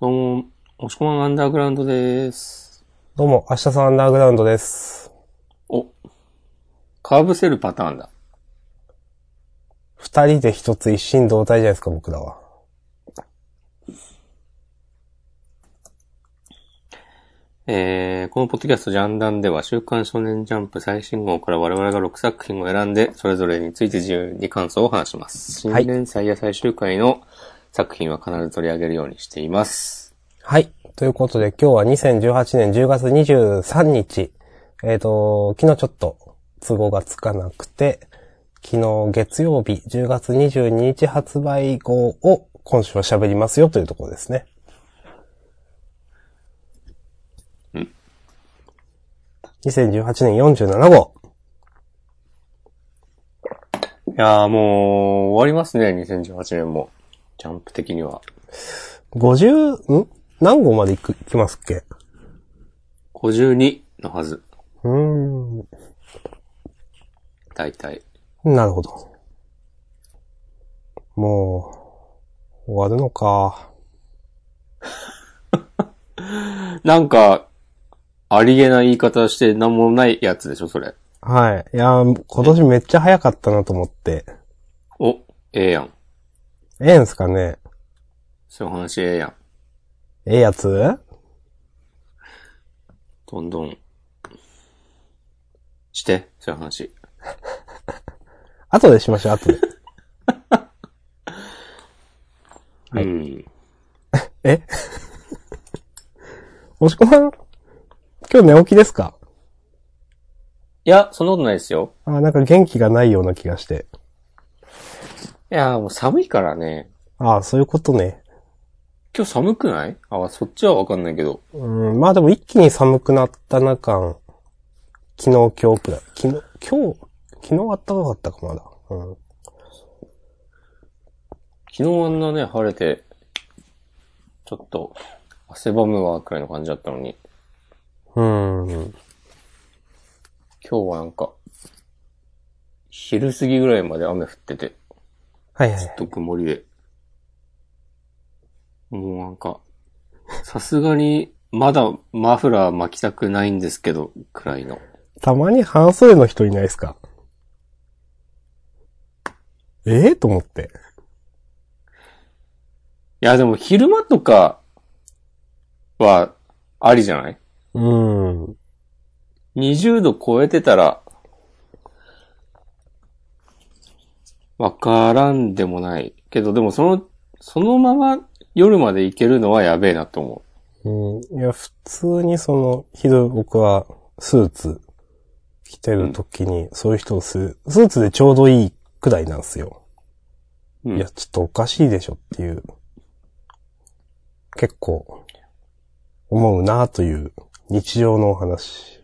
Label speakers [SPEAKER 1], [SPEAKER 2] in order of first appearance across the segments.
[SPEAKER 1] どうも、押し込まんアンダーグラウンドです。
[SPEAKER 2] どうも、明日さんアンダーグラウンドです。
[SPEAKER 1] お、かぶせるパターンだ。
[SPEAKER 2] 二人で一つ一心同体じゃないですか、僕らは。
[SPEAKER 1] えー、このポッドキャストジャンダンでは週刊少年ジャンプ最新号から我々が6作品を選んで、それぞれについて自由に感想を話します。新
[SPEAKER 2] はい
[SPEAKER 1] 連載や最終回の作品は必ず取り上げるようにしています。
[SPEAKER 2] はい。ということで、今日は2018年10月23日。えっ、と、昨日ちょっと都合がつかなくて、昨日月曜日10月22日発売号を今週は喋りますよというところですね。2018年47号。
[SPEAKER 1] いやーもう、終わりますね、2018年も。ジャンプ的には。
[SPEAKER 2] 50、ん何号まで行く、行きますっけ
[SPEAKER 1] 52のはず、
[SPEAKER 2] うーん。
[SPEAKER 1] 大体。
[SPEAKER 2] なるほど。もう、終わるのか。
[SPEAKER 1] なんか、ありげな言い方して何もないやつでしょ、それ。
[SPEAKER 2] はい。いやー、今年めっちゃ早かったなと思って。
[SPEAKER 1] お、ええやん。
[SPEAKER 2] ええんすかね
[SPEAKER 1] そういう話ええやん。
[SPEAKER 2] ええやつ
[SPEAKER 1] どんどん。して、そういう話。
[SPEAKER 2] 後でしましょう、後で。はい
[SPEAKER 1] うん。
[SPEAKER 2] えもしこまん、今日寝起きですか
[SPEAKER 1] いや、そんなことないですよ。
[SPEAKER 2] あー、なんか元気がないような気がして。
[SPEAKER 1] いや、もう寒いからね。
[SPEAKER 2] ああ、そういうことね。
[SPEAKER 1] 今日寒くないあ、そっちはわかんないけど。
[SPEAKER 2] うん、まあでも一気に寒くなったな感。昨日、今日くらい。昨日、今日、昨日暖かかったか、まだ。うん。
[SPEAKER 1] 昨日あんなね、晴れて、ちょっと、汗ばむわ、くらいの感じだったのに。
[SPEAKER 2] うん。
[SPEAKER 1] 今日はなんか、昼過ぎぐらいまで雨降ってて、
[SPEAKER 2] はいは
[SPEAKER 1] ずっ
[SPEAKER 2] い。
[SPEAKER 1] と曇りで。もうなんか、さすがに、まだマフラー巻きたくないんですけど、くらいの。
[SPEAKER 2] たまに半袖の人いないですかええと思って。
[SPEAKER 1] いや、でも昼間とかはありじゃない
[SPEAKER 2] うん。
[SPEAKER 1] ?20 度超えてたら、わからんでもない。けど、でもその、そのまま夜まで行けるのはやべえなと思
[SPEAKER 2] うん。いや、普通にその、昼僕はスーツ着てる時に、そういう人をする、スーツでちょうどいいくらいなんですよ。
[SPEAKER 1] う。うん
[SPEAKER 2] いや、ちょっとおかしいでしょっていう。結構、思うなという日常のお話。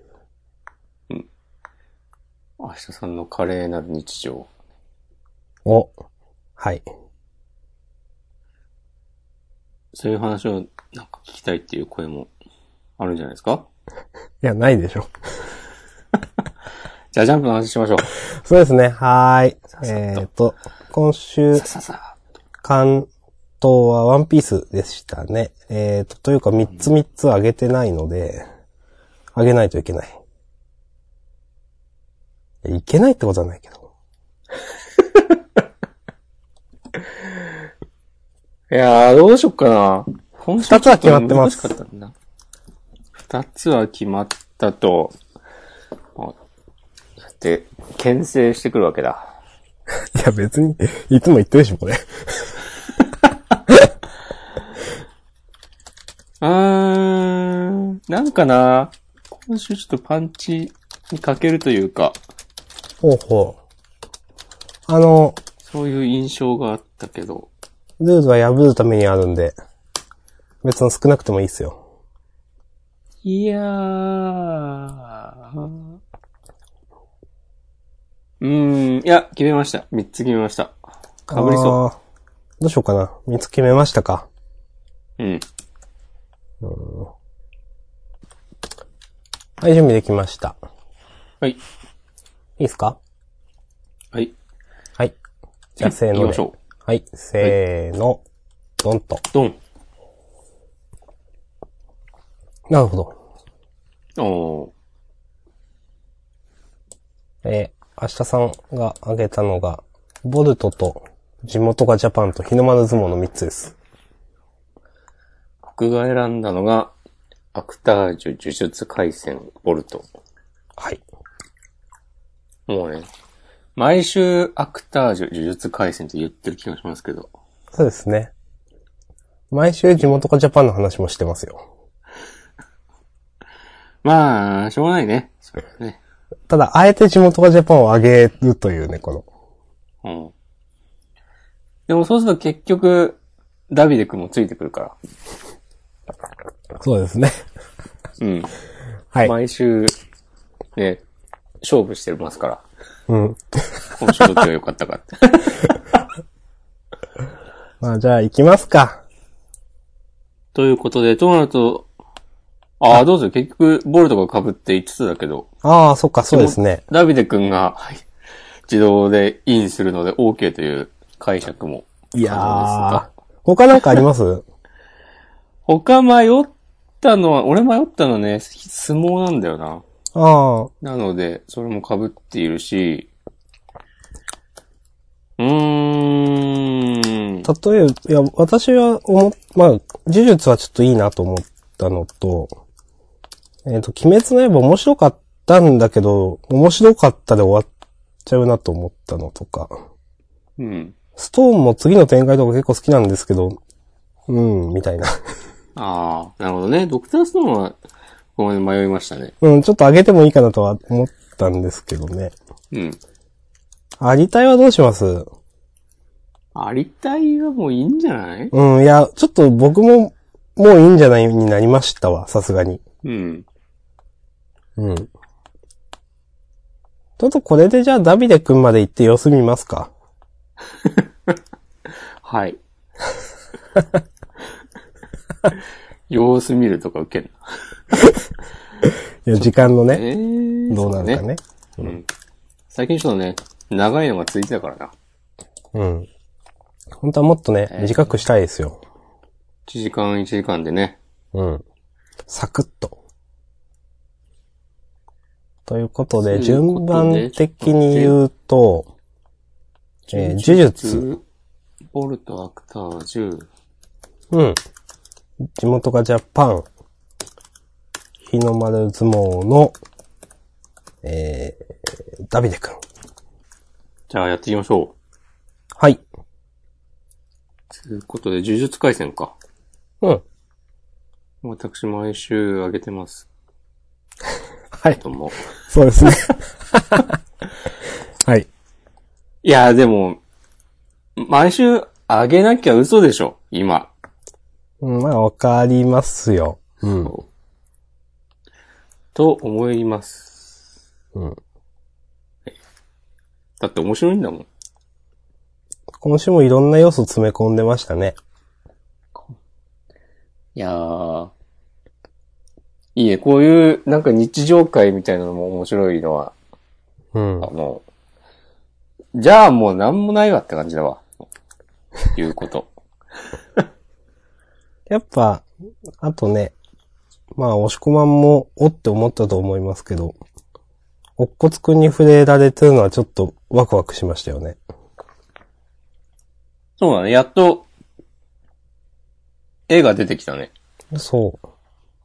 [SPEAKER 1] 明日さんの華麗なる日常。
[SPEAKER 2] をはい。
[SPEAKER 1] そういう話をなんか聞きたいっていう声もあるんじゃないですか
[SPEAKER 2] いや、ないでしょ。
[SPEAKER 1] じゃあジャンプの話しましょう。
[SPEAKER 2] そうですね。はーい。
[SPEAKER 1] っさと
[SPEAKER 2] えっ、と、今週、
[SPEAKER 1] さささ。
[SPEAKER 2] 関東はワンピースでしたね。えっ、と、というか3つ3つ上げてないので、上げないといけない。いやいけないってことはないけど。
[SPEAKER 1] いやー、どうしよっかな。今週
[SPEAKER 2] 二つは決まってます
[SPEAKER 1] ちょっと難しかったんだ。二つは決まったと、あだって、牽制してくるわけだ。
[SPEAKER 2] いや、別に、いつも言ってるでしょ、これ。
[SPEAKER 1] うーん、なんかな、今週ちょっとパンチに欠けるというか、
[SPEAKER 2] ほうほう。あの、
[SPEAKER 1] そういう印象があったけど、
[SPEAKER 2] ルールは破るためにあるんで、別に少なくてもいいっすよ。。
[SPEAKER 1] いやー。うーん、いや、決めました。三つ決めました。かぶりそう
[SPEAKER 2] どうしようかな。3つ決めましたか。
[SPEAKER 1] う。うん。
[SPEAKER 2] はい、準備できました。
[SPEAKER 1] はい。
[SPEAKER 2] いいっすか
[SPEAKER 1] はい。
[SPEAKER 2] はい。じゃあ、せー
[SPEAKER 1] 行き
[SPEAKER 2] の
[SPEAKER 1] ま
[SPEAKER 2] で
[SPEAKER 1] しょう。
[SPEAKER 2] はい、せーの、ドンと。
[SPEAKER 1] ドン。
[SPEAKER 2] なるほど。
[SPEAKER 1] おー。
[SPEAKER 2] えー、明日さんが挙げたのが、ボルトと、地元がジャパンと日の丸相撲の3つです。
[SPEAKER 1] 僕が選んだのが、アクタージュ、呪術回戦、ボルト。
[SPEAKER 2] はい。
[SPEAKER 1] もうね、毎週アクタージュ、呪術回戦って言ってる気がしますけど。
[SPEAKER 2] そうですね。毎週地元がジャパンの話もしてますよ。
[SPEAKER 1] まあ、しょうがないね。それはね。
[SPEAKER 2] ただ、あえて地元がジャパンを挙げるというね、この。
[SPEAKER 1] うん。でもそうすると結局、ダビデ君もついてくるから。
[SPEAKER 2] そうですね。
[SPEAKER 1] うん。
[SPEAKER 2] はい。
[SPEAKER 1] 毎週、ね、勝負してますから。
[SPEAKER 2] うん。
[SPEAKER 1] 今週どっちが良かったかって。
[SPEAKER 2] まあ、じゃあ行きますか。
[SPEAKER 1] ということで、となると、ああ、どうぞ、結局、ボルトが被って5つだけど、
[SPEAKER 2] ああ、そっか、そうですね。
[SPEAKER 1] ダビデ君が、はい自動でインするので OK という解釈も。
[SPEAKER 2] いや
[SPEAKER 1] そう
[SPEAKER 2] ー
[SPEAKER 1] で。
[SPEAKER 2] 他なんかあります
[SPEAKER 1] 他迷ったのは、俺迷ったのはね、相撲なんだよな。
[SPEAKER 2] ああ。
[SPEAKER 1] なので、それも被っているし、うーん。
[SPEAKER 2] 例えば、いや、私は思っ、まあ、呪術はちょっといいなと思ったのと、えっ、と、鬼滅の刃面白かったんだけど、面白かったで終わっちゃうなと思ったのとか、
[SPEAKER 1] うん。
[SPEAKER 2] ストーンも次の展開とか結構好きなんですけど、うん、みたいな。
[SPEAKER 1] ああ、なるほどね。ドクターストーンは、ここで迷いましたね。
[SPEAKER 2] うん、ちょっと上げてもいいかなとは思ったんですけどね。
[SPEAKER 1] うん。
[SPEAKER 2] ありたいはどうします
[SPEAKER 1] ありたいはもういいんじゃない
[SPEAKER 2] うん、いや、ちょっと僕も、もういいんじゃないになりましたわ、さすがに。
[SPEAKER 1] うん。
[SPEAKER 2] うん。ちょっとこれでじゃあダビデ君まで行って様子見ますか。
[SPEAKER 1] はい。様子見るとか受けん
[SPEAKER 2] いや、時間の
[SPEAKER 1] な。
[SPEAKER 2] ね、
[SPEAKER 1] えー
[SPEAKER 2] どうなるかね。
[SPEAKER 1] そうだね。うん。最近ちょっとね、長いのが続いてたからな。
[SPEAKER 2] うん。本当はもっとね、
[SPEAKER 1] ー
[SPEAKER 2] 短くしたいですよ。
[SPEAKER 1] 1時間1時間でね。
[SPEAKER 2] うん。サクッと。ということで、
[SPEAKER 1] ということ
[SPEAKER 2] 順
[SPEAKER 1] で
[SPEAKER 2] 番的に言うと、えー呪術、
[SPEAKER 1] ボルト、アクター、10。
[SPEAKER 2] うん。地元がジャパン、日の丸相撲の、えー、ダビデ君。
[SPEAKER 1] じゃあやっていきましょ
[SPEAKER 2] はい。
[SPEAKER 1] う。ということで、呪術回戦か。
[SPEAKER 2] うん。
[SPEAKER 1] 私毎週上げてます。
[SPEAKER 2] はい。
[SPEAKER 1] とも。
[SPEAKER 2] そうですね。 はい。
[SPEAKER 1] いや、でも、毎週上げなきゃ嘘でしょ、今。
[SPEAKER 2] うんまあ、わかりますよ。うん。
[SPEAKER 1] と思います。
[SPEAKER 2] うん。
[SPEAKER 1] だって面白いんだもん。
[SPEAKER 2] 今週もいろんな要素詰め込んでましたね。
[SPEAKER 1] いやー。いいね、こういう、なんか日常会みたいなのも面白いのは、
[SPEAKER 2] うん
[SPEAKER 1] あ。の、じゃあもうなんもないわって感じだわ。いうこと。
[SPEAKER 2] やっぱ、あとね、まあ、押し込まんも、おって思ったと思いますけど、おっこつくんに触れられてるのはちょっとワクワクしましたよね。
[SPEAKER 1] そうだね、やっと、絵が出てきたね。
[SPEAKER 2] そ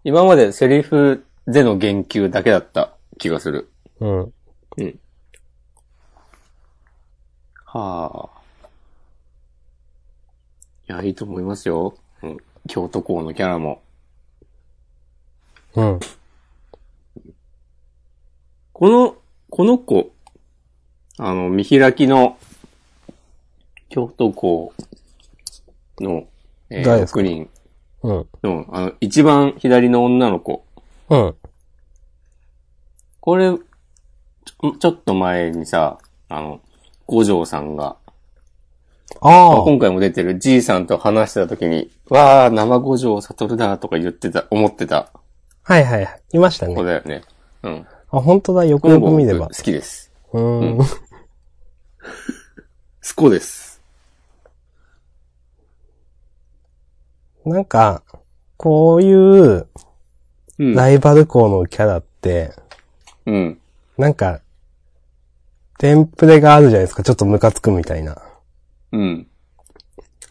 [SPEAKER 1] 今までセリフでの言及だけだった気がする。
[SPEAKER 2] う。うん。
[SPEAKER 1] うん。はあ。いや、いいと思いますよ。うん。京都校のキャラも。
[SPEAKER 2] うん。
[SPEAKER 1] この、この子、あの、見開きの、京都校の、え
[SPEAKER 2] 誰
[SPEAKER 1] ー、
[SPEAKER 2] ですか
[SPEAKER 1] 6人
[SPEAKER 2] うん。
[SPEAKER 1] の、あの、一番左の女の子。
[SPEAKER 2] うん。
[SPEAKER 1] これ、ちょちょっと前にさ、あの、五条さんが、
[SPEAKER 2] ああ。
[SPEAKER 1] 今回も出てるじいさんと話してた時に、わー、生五条悟だとか言ってた、思ってた
[SPEAKER 2] はいはいはい。いました
[SPEAKER 1] 子
[SPEAKER 2] ね。
[SPEAKER 1] だよね。うん。
[SPEAKER 2] あ、本当だ。よく
[SPEAKER 1] この
[SPEAKER 2] よ
[SPEAKER 1] 子
[SPEAKER 2] く見れば
[SPEAKER 1] 僕好。きです。
[SPEAKER 2] うーん。
[SPEAKER 1] スコです。
[SPEAKER 2] なんか、こういう、
[SPEAKER 1] うん
[SPEAKER 2] ライバル校のキャラって、
[SPEAKER 1] うん。
[SPEAKER 2] なんか、テンプレがあるじゃないですか。ちょっとムカつくみたいな。
[SPEAKER 1] うん。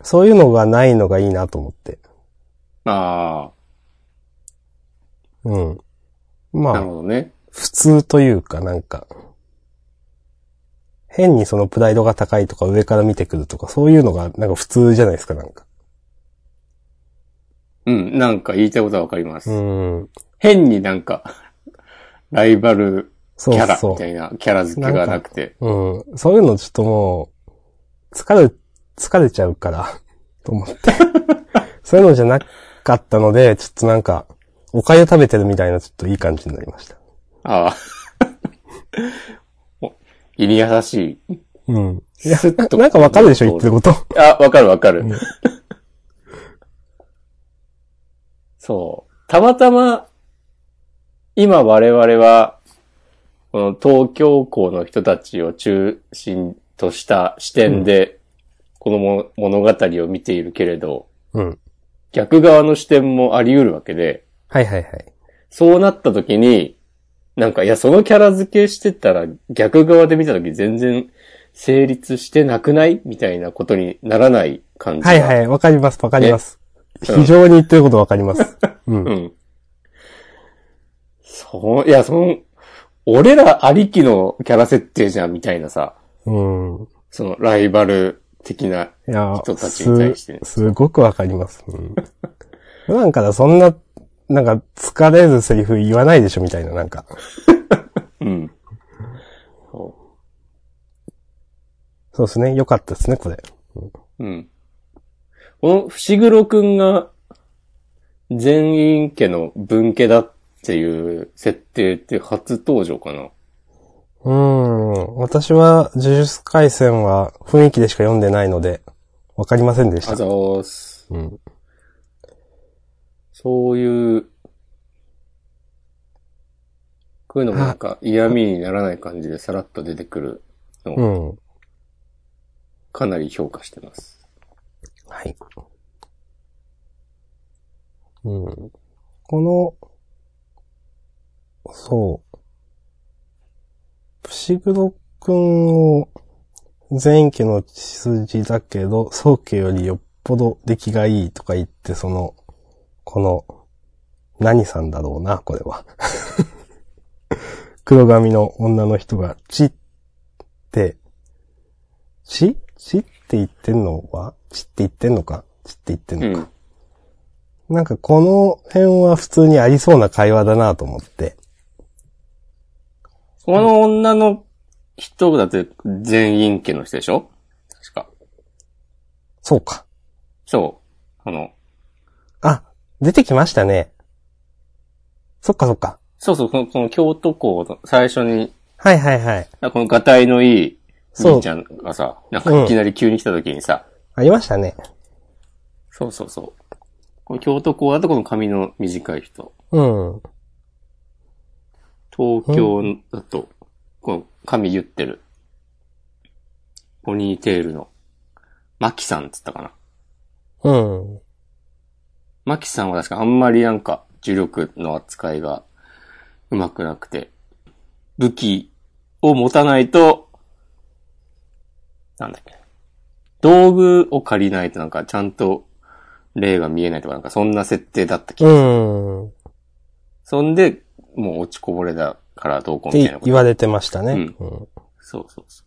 [SPEAKER 2] そういうのがないのがいいなと思って。
[SPEAKER 1] あ
[SPEAKER 2] うん。
[SPEAKER 1] あ、
[SPEAKER 2] ま
[SPEAKER 1] なる
[SPEAKER 2] あ、
[SPEAKER 1] ほどね。
[SPEAKER 2] 普通というか、なんか、変にそのプライドが高いとか上から見てくるとか、そういうのがなんか普通じゃないですか、なんか。
[SPEAKER 1] うん。なんか言いたいことはわかります。
[SPEAKER 2] うん。
[SPEAKER 1] 変になんか、ライバルキ
[SPEAKER 2] そう
[SPEAKER 1] ャラ
[SPEAKER 2] そ
[SPEAKER 1] みたいなキャラ付けがなくて。
[SPEAKER 2] う。うん。そういうのちょっともう、疲れ、疲れちゃうから、 と思って。そういうのじゃなかったので、ちょっとなんか、お粥食べてるみたいなちょっといい感じになりました。
[SPEAKER 1] ああ。 お胃に優しい。
[SPEAKER 2] うん。いや
[SPEAKER 1] スッ、と
[SPEAKER 2] なんかわかるでしょ、言ってること。
[SPEAKER 1] あ、わかるわかる。 そう。たまたま、今我々は、この東京校の人たちを中心とした視点で、このも物語を見ているけれど、
[SPEAKER 2] うん。
[SPEAKER 1] 逆側の視点もあり得るわけで、
[SPEAKER 2] はいはいはい。
[SPEAKER 1] そうなった時に、なんか、いや、そのキャラ付けしてたら、逆側で見た時全然成立してなくないみたいなことにならない感じが。
[SPEAKER 2] はいはい、わかります、わかります。
[SPEAKER 1] うん
[SPEAKER 2] 非常に言ってることわかります。う。
[SPEAKER 1] うんん。そう、いや、その、俺らありきのキャラ設定じゃん、みたいなさ、
[SPEAKER 2] うん。
[SPEAKER 1] そのライバル的な、
[SPEAKER 2] いや、
[SPEAKER 1] 人たちに対してね
[SPEAKER 2] す、すごくわかります。うん。普段からそんな、なんか、疲れるセリフ言わないでしょ、みたいな、なんか。
[SPEAKER 1] うん。そ
[SPEAKER 2] そうですね、よかったですね、これ。
[SPEAKER 1] う。うん。この、伏黒くんが、全員家の文家だっていう設定って初登場かな。
[SPEAKER 2] うーん。私は、呪術回戦は雰囲気でしか読んでないので、わかりませんでし
[SPEAKER 1] あ
[SPEAKER 2] た。
[SPEAKER 1] ざーす。
[SPEAKER 2] うん。
[SPEAKER 1] そういう、こういうのもなんか嫌味にならない感じでさらっと出てくるの
[SPEAKER 2] うん。
[SPEAKER 1] かなり評価してます。
[SPEAKER 2] はい。うん。この、そう。伏黒くんを、前期の血筋だけど、宗家よりよっぽど出来がいいとか言って、その、この、何さんだろうな、これは。 黒髪の女の人が、血って、ちちって言ってんのはちって言ってんのかちって言ってん
[SPEAKER 1] う
[SPEAKER 2] の
[SPEAKER 1] ん
[SPEAKER 2] か、。なんかこの辺は普通にありそうな会話だなと思って。
[SPEAKER 1] この女の人だって全員家の人でしょ確か。
[SPEAKER 2] そうか。
[SPEAKER 1] そう。あの、
[SPEAKER 2] あ、出てきましたね。そっかそっか。
[SPEAKER 1] そうそう、このこの京都校の最初に、
[SPEAKER 2] はいはいはい。
[SPEAKER 1] あこのガタイのいい
[SPEAKER 2] そう
[SPEAKER 1] 兄ちゃんがさ、なんかいきなり急に来た時にさ、
[SPEAKER 2] ありましたね。
[SPEAKER 1] そうそうそう。この京都校だとこの髪の短い人。
[SPEAKER 2] うん。
[SPEAKER 1] 東京だと、この髪言ってる。ポニーテールの、マキさんって言ったかな。
[SPEAKER 2] うん。
[SPEAKER 1] マキさんは確かあんまりなんか呪力の扱いがうまくなくて、武器を持たないと、なんだっけ。道具を借りないとなんかちゃんと霊が見えないとかなんかそんな設定だった気が
[SPEAKER 2] うん。っ
[SPEAKER 1] そんで、もう落ちこぼれだからどうこうみたい
[SPEAKER 2] て
[SPEAKER 1] なこと
[SPEAKER 2] 言われてましたね。
[SPEAKER 1] う
[SPEAKER 2] うん
[SPEAKER 1] そうそうそう。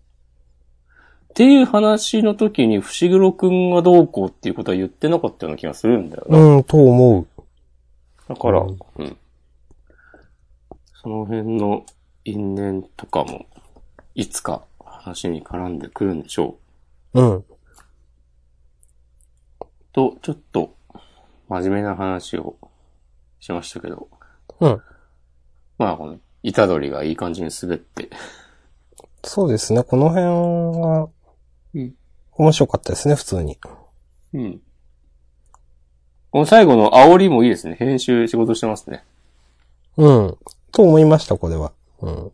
[SPEAKER 1] っていう話の時に、伏黒くんがどうこうっていうことは言ってなかったような気がするんだよな。
[SPEAKER 2] うん、と思う。
[SPEAKER 1] だから、
[SPEAKER 2] うん
[SPEAKER 1] うん。その辺の因縁とかも、いつか話に絡んでくるんでしょ
[SPEAKER 2] うん。
[SPEAKER 1] う。と、ちょっと、真面目な話をしましたけど、
[SPEAKER 2] うん。
[SPEAKER 1] まあ、この、イタドリがいい感じに滑って、
[SPEAKER 2] そうですね。この辺は
[SPEAKER 1] うん、
[SPEAKER 2] 面白かったですね、普通に。
[SPEAKER 1] うん。この最後の煽りもいいですね。編集仕事してますね。
[SPEAKER 2] うん。と思いました、これは。うん。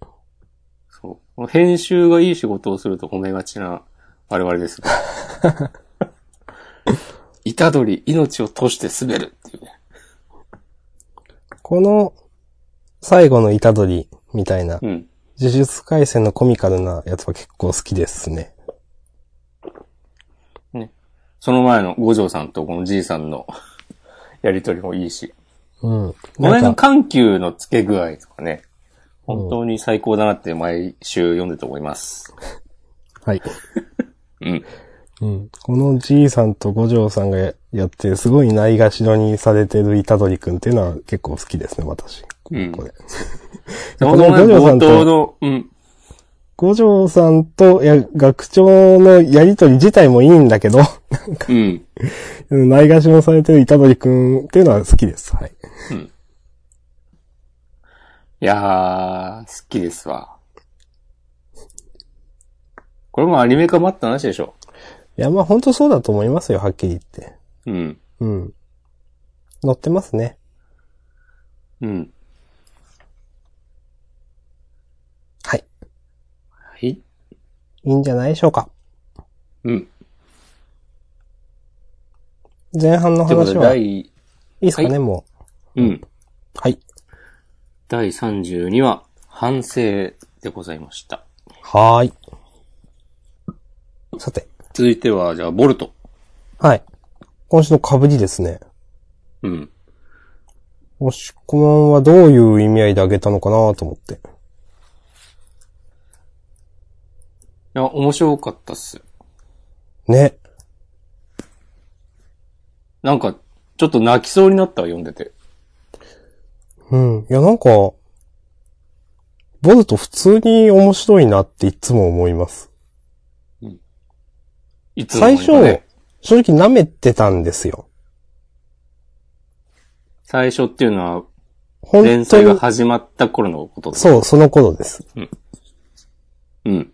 [SPEAKER 1] そう。編集がいい仕事をすると褒めがちな我々 ですが。虎杖、命を賭して滑るっていうね。
[SPEAKER 2] ここの、最後の虎取みたいな、
[SPEAKER 1] うん。
[SPEAKER 2] 呪術回戦のコミカルなやつは結構好きですね。
[SPEAKER 1] その前の五条さんとこのじいさんの やりとりもいいし。
[SPEAKER 2] うん。
[SPEAKER 1] この辺
[SPEAKER 2] なん
[SPEAKER 1] の
[SPEAKER 2] か、
[SPEAKER 1] 緩急の付け具合とかね。本当に最高だなって毎週読んでて思います。
[SPEAKER 2] はい。
[SPEAKER 1] うん。
[SPEAKER 2] うん。このじいさんと五条さんがややってる、すごいないがしろにされてる虎取くんっていうのは結構好きですね、私。
[SPEAKER 1] うん
[SPEAKER 2] これ。
[SPEAKER 1] そ
[SPEAKER 2] この五条さん
[SPEAKER 1] 冒頭
[SPEAKER 2] と、
[SPEAKER 1] の、うん。
[SPEAKER 2] 五条さんと、いや、学長のやりとり自体もいいんだけど、
[SPEAKER 1] うん。
[SPEAKER 2] うんないがしろにされてる虎取くんっていうのは好きです。はい。
[SPEAKER 1] いやー、好きですわ。これもアニメ化待った話でしょ。
[SPEAKER 2] いや、まあ本当そうだと思いますよ、はっきり言って。
[SPEAKER 1] うん。
[SPEAKER 2] うん。乗ってますね。
[SPEAKER 1] うん。
[SPEAKER 2] はい。
[SPEAKER 1] はい。
[SPEAKER 2] いいんじゃないでしょうか。
[SPEAKER 1] うん。
[SPEAKER 2] 前半の
[SPEAKER 1] ということ
[SPEAKER 2] 話
[SPEAKER 1] で、
[SPEAKER 2] はいい
[SPEAKER 1] 第、
[SPEAKER 2] ですかね、
[SPEAKER 1] は
[SPEAKER 2] も
[SPEAKER 1] うん。
[SPEAKER 2] う。はい。
[SPEAKER 1] 第32話、反省でございました。
[SPEAKER 2] はーい。さて、
[SPEAKER 1] 続いては、じゃあ、ボルト。
[SPEAKER 2] はい。今週の被りですね。
[SPEAKER 1] うん。
[SPEAKER 2] 押し込まんはどういう意味合いであげたのかなと思って。
[SPEAKER 1] いや、面白かったっす。
[SPEAKER 2] ね。
[SPEAKER 1] なんか、ちょっと泣きそうになったわ、読んでて。
[SPEAKER 2] うん。いや、なんか、ボルト普通に面白いなっていつも思います。
[SPEAKER 1] いつも
[SPEAKER 2] 最
[SPEAKER 1] より
[SPEAKER 2] 初
[SPEAKER 1] かね、
[SPEAKER 2] 正直舐めてたんですよ。
[SPEAKER 1] 最初っていうのは、
[SPEAKER 2] 本
[SPEAKER 1] 連
[SPEAKER 2] 当
[SPEAKER 1] 載が
[SPEAKER 2] に、
[SPEAKER 1] 始まった頃のことだ。
[SPEAKER 2] そう、その頃です。
[SPEAKER 1] うん。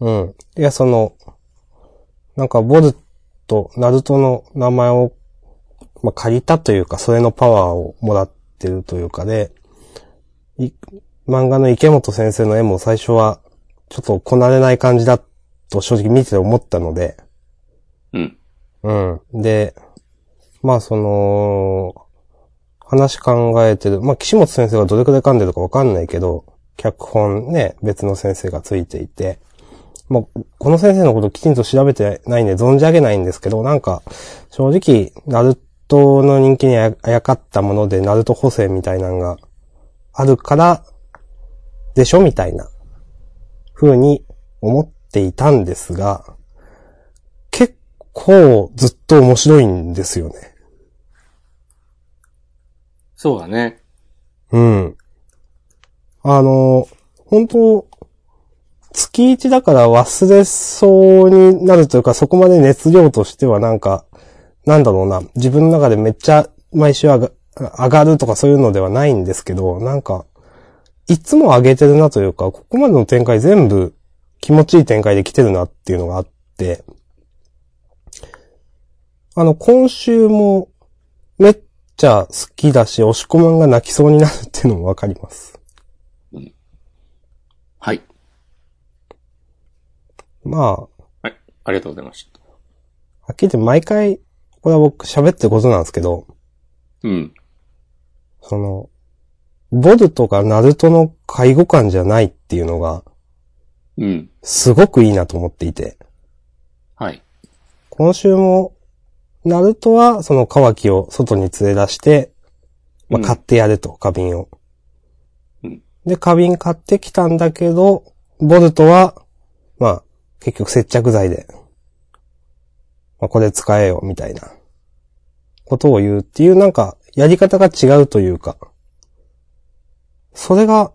[SPEAKER 2] うん。いや、その、なんか、ボルト、ナルトの名前を、まあ、借りたというか、それのパワーをもらってるというかで、い漫画の池本先生の絵も最初は、ちょっとこなれない感じだと正直見てて思ったので、
[SPEAKER 1] うん。
[SPEAKER 2] うん。で、まあその、話考えてる。まあ岸本先生がどれくらい噛んでるかわかんないけど、脚本ね、別の先生がついていて、まあこの先生のこときちんと調べてないんで存じ上げないんですけど、なんか、正直、ナルトの人気にあやあやかったもので、ナルト補正みたいなのがあるから、でしょみたいな、風に思っていたんですが、結構ずっと面白いんですよね。
[SPEAKER 1] そうだね。
[SPEAKER 2] うん。あの、本当月一だから忘れそうになるというか、そこまで熱量としてはなんか、なんだろうな、自分の中でめっちゃ毎週上が上がるとかそういうのではないんですけど、なんか、いつも上げてるなというか、ここまでの展開全部気持ちいい展開で来てるなっていうのがあって、あの、今週もめっちゃ好きだし、押し込まんが泣きそうになるっていうのもわかります。
[SPEAKER 1] はい。
[SPEAKER 2] まあ、
[SPEAKER 1] はい。ありがとうございました。
[SPEAKER 2] はっきり言って毎回、これは僕喋ってることなんですけど、
[SPEAKER 1] うん。
[SPEAKER 2] その、ボルトがナルトの介護官じゃないっていうのが、
[SPEAKER 1] うん。
[SPEAKER 2] すごくいいなと思っていて、
[SPEAKER 1] はい。
[SPEAKER 2] 今週も、ナルトはそのカキを外に連れ出して、まあ、
[SPEAKER 1] うん
[SPEAKER 2] 買ってやれと、花瓶を。
[SPEAKER 1] うん
[SPEAKER 2] で、花瓶買ってきたんだけど、ボルトは、まあ、結局接着剤で、まあ、これ使えよ、みたいな、ことを言うっていう、なんか、やり方が違うというか、それが、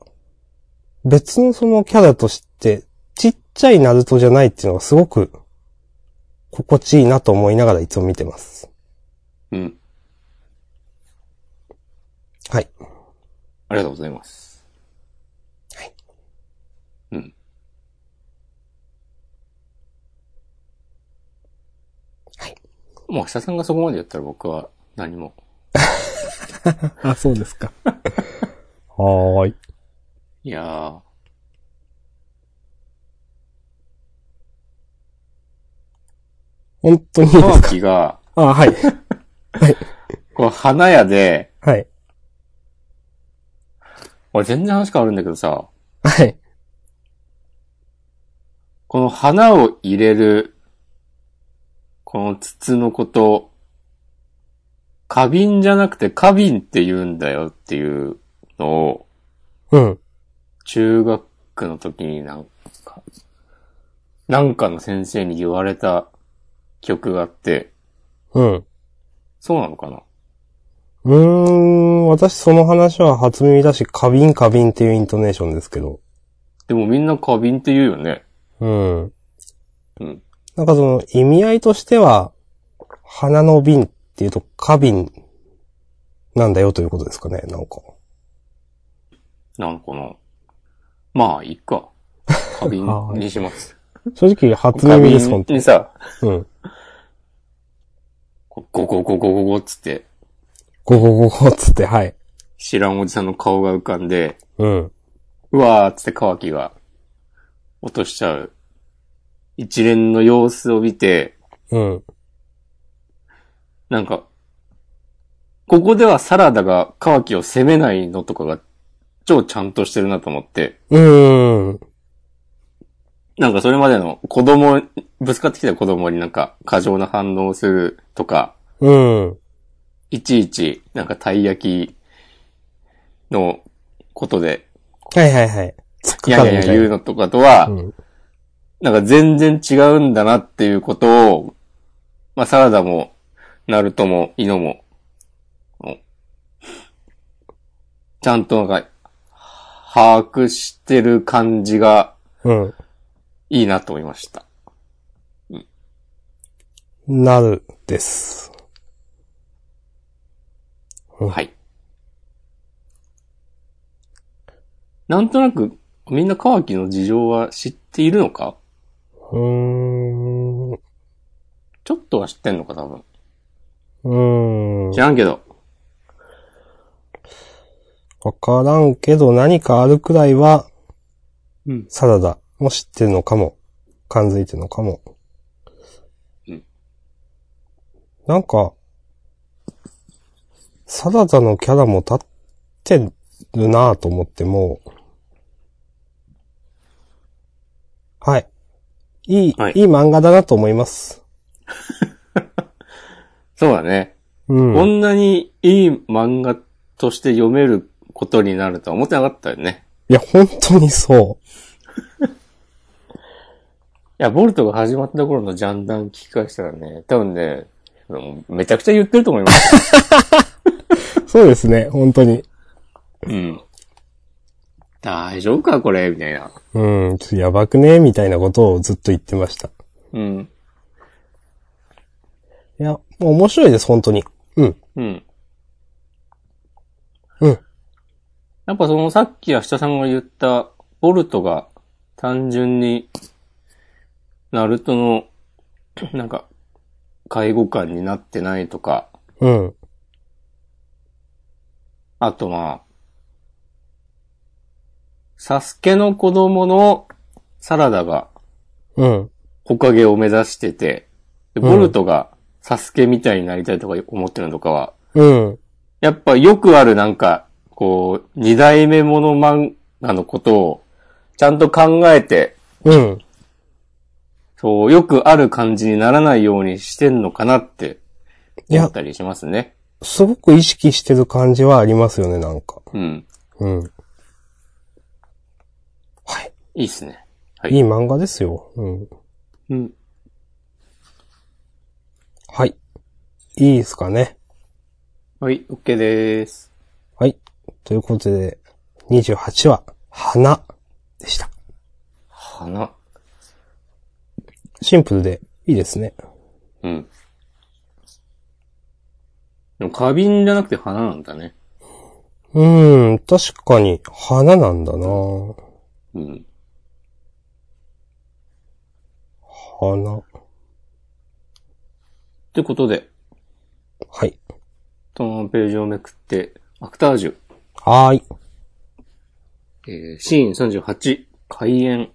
[SPEAKER 2] 別のそのキャラとして、ちっちゃいナルトじゃないっていうのがすごく、心地いいなと思いながらいつも見てます。
[SPEAKER 1] うん。
[SPEAKER 2] はい。
[SPEAKER 1] ありがとうございます。
[SPEAKER 2] はい。
[SPEAKER 1] うん。
[SPEAKER 2] はい。
[SPEAKER 1] もう、久さんがそこまでやったら僕は何も。
[SPEAKER 2] あ、そうですか。 はーい。
[SPEAKER 1] いやー。
[SPEAKER 2] 本当にいいです
[SPEAKER 1] 乾
[SPEAKER 2] か
[SPEAKER 1] 木が、
[SPEAKER 2] あ、はい。
[SPEAKER 1] こう、花屋で、
[SPEAKER 2] はい。
[SPEAKER 1] 俺全然話変わるんだけどさ、
[SPEAKER 2] はい。
[SPEAKER 1] この花を入れる、この筒のこと、花瓶じゃなくて花瓶って言うんだよっていうのを、
[SPEAKER 2] うん。
[SPEAKER 1] 中学の時になんか、なんかの先生に言われた曲があって、
[SPEAKER 2] うん。
[SPEAKER 1] そうなのかな
[SPEAKER 2] うーん、私その話は初耳だし、花瓶花瓶っていうイントネーションですけど。
[SPEAKER 1] でもみんな花瓶って言うよね。
[SPEAKER 2] うん。
[SPEAKER 1] うん。
[SPEAKER 2] なんかその意味合いとしては、花の瓶っていうと花瓶なんだよということですかね、なんか。
[SPEAKER 1] なのかなまあ、いいか。花瓶にします。
[SPEAKER 2] 正直初
[SPEAKER 1] 花
[SPEAKER 2] 耳
[SPEAKER 1] 瓶
[SPEAKER 2] です、本当
[SPEAKER 1] にさ、
[SPEAKER 2] うん。
[SPEAKER 1] ゴゴゴゴゴゴゴっつって、
[SPEAKER 2] ゴゴゴゴっつって、はい。
[SPEAKER 1] 知らんおじさんの顔が浮かんで、
[SPEAKER 2] うん。
[SPEAKER 1] うわーっつって乾きが落としちゃう。一連の様子を見て、
[SPEAKER 2] うん。
[SPEAKER 1] なんか、ここではサラダが乾きを責めないのとかが超ちゃんとしてるなと思って、
[SPEAKER 2] うーん。
[SPEAKER 1] なんかそれまでの子供、ぶつかってきた子供になんか過剰な反応をするとか、
[SPEAKER 2] うん。
[SPEAKER 1] いちいちなんかたい焼きのことで、
[SPEAKER 2] はいはいはい。つっ
[SPEAKER 1] い
[SPEAKER 2] く
[SPEAKER 1] や
[SPEAKER 2] か
[SPEAKER 1] いや
[SPEAKER 2] み
[SPEAKER 1] い
[SPEAKER 2] た
[SPEAKER 1] や
[SPEAKER 2] い
[SPEAKER 1] 言う
[SPEAKER 2] な。
[SPEAKER 1] のとかとは、
[SPEAKER 2] うん。
[SPEAKER 1] なんか全然違うんだなっていうことを、まあサラダも、ナルトも、イノも、うんちゃんとなんか、把握してる感じが
[SPEAKER 2] うん。
[SPEAKER 1] いいなと思いました。
[SPEAKER 2] なる、です。うん
[SPEAKER 1] はい。なんとなく、みんな乾きの事情は知っているのか
[SPEAKER 2] うーん。う
[SPEAKER 1] ちょっとは知ってんのか多分。
[SPEAKER 2] ーん
[SPEAKER 1] 知。らんけど。
[SPEAKER 2] わからんけど何かあるくらいは、
[SPEAKER 1] うん。
[SPEAKER 2] サラダも知ってるのかも。感づいてるのかも。
[SPEAKER 1] うん
[SPEAKER 2] なんか、サラダのキャラも立ってるなぁと思ってもう、はい。いい、
[SPEAKER 1] はいい、
[SPEAKER 2] い漫画だなと思います。
[SPEAKER 1] そうだね。
[SPEAKER 2] うん。
[SPEAKER 1] こんなにいい漫画として読めることになるとは思ってなかったよね。
[SPEAKER 2] いや、本当にそ
[SPEAKER 1] いや、ボルトが始まった頃のジャンダン聞き返したらね、多分ね、もうめちゃくちゃ言ってると思います。
[SPEAKER 2] う。そうですね、本当に。
[SPEAKER 1] うん。大丈夫かこれみたいな。
[SPEAKER 2] うん、ちょっとやばくねみたいなことをずっと言ってました。
[SPEAKER 1] うん。
[SPEAKER 2] いや、もう面白いです、本当に。うん。
[SPEAKER 1] うん。
[SPEAKER 2] うん。
[SPEAKER 1] やっぱそのさっき明日さんが言った、ボルトが単純に、ナルトの、なんか、介護官になってないとか、
[SPEAKER 2] うん。
[SPEAKER 1] あとまあ、サスケの子供のサラダが
[SPEAKER 2] うん。
[SPEAKER 1] 木陰を目指してて、で
[SPEAKER 2] うん
[SPEAKER 1] ボルトがサスケみたいになりたいとか思ってるのとかは、
[SPEAKER 2] うん。
[SPEAKER 1] やっぱよくあるなんか、こう、二代目モノマンなのことをちゃんと考えて、
[SPEAKER 2] うん。
[SPEAKER 1] そう、よくある感じにならないようにしてんのかなって
[SPEAKER 2] い
[SPEAKER 1] 思
[SPEAKER 2] や
[SPEAKER 1] っ、たりしますね。
[SPEAKER 2] すごく意識してる感じはありますよね、なんか。
[SPEAKER 1] うん。
[SPEAKER 2] うん。はい。
[SPEAKER 1] いいっすね。はい
[SPEAKER 2] いい漫画ですよ。うん。
[SPEAKER 1] うん。
[SPEAKER 2] はい。いいですかね。
[SPEAKER 1] はい、OK でーす。
[SPEAKER 2] はい。ということで、28話、花でした。
[SPEAKER 1] 花。
[SPEAKER 2] シンプルでいいですね。
[SPEAKER 1] うん。でも花瓶じゃなくて花なんだね。
[SPEAKER 2] うーん、確かに花なんだな
[SPEAKER 1] うん。
[SPEAKER 2] 花。
[SPEAKER 1] ってことで、
[SPEAKER 2] はい。
[SPEAKER 1] そのページをめくって、アクタージュ、
[SPEAKER 2] はーい。
[SPEAKER 1] えーシーン38、開演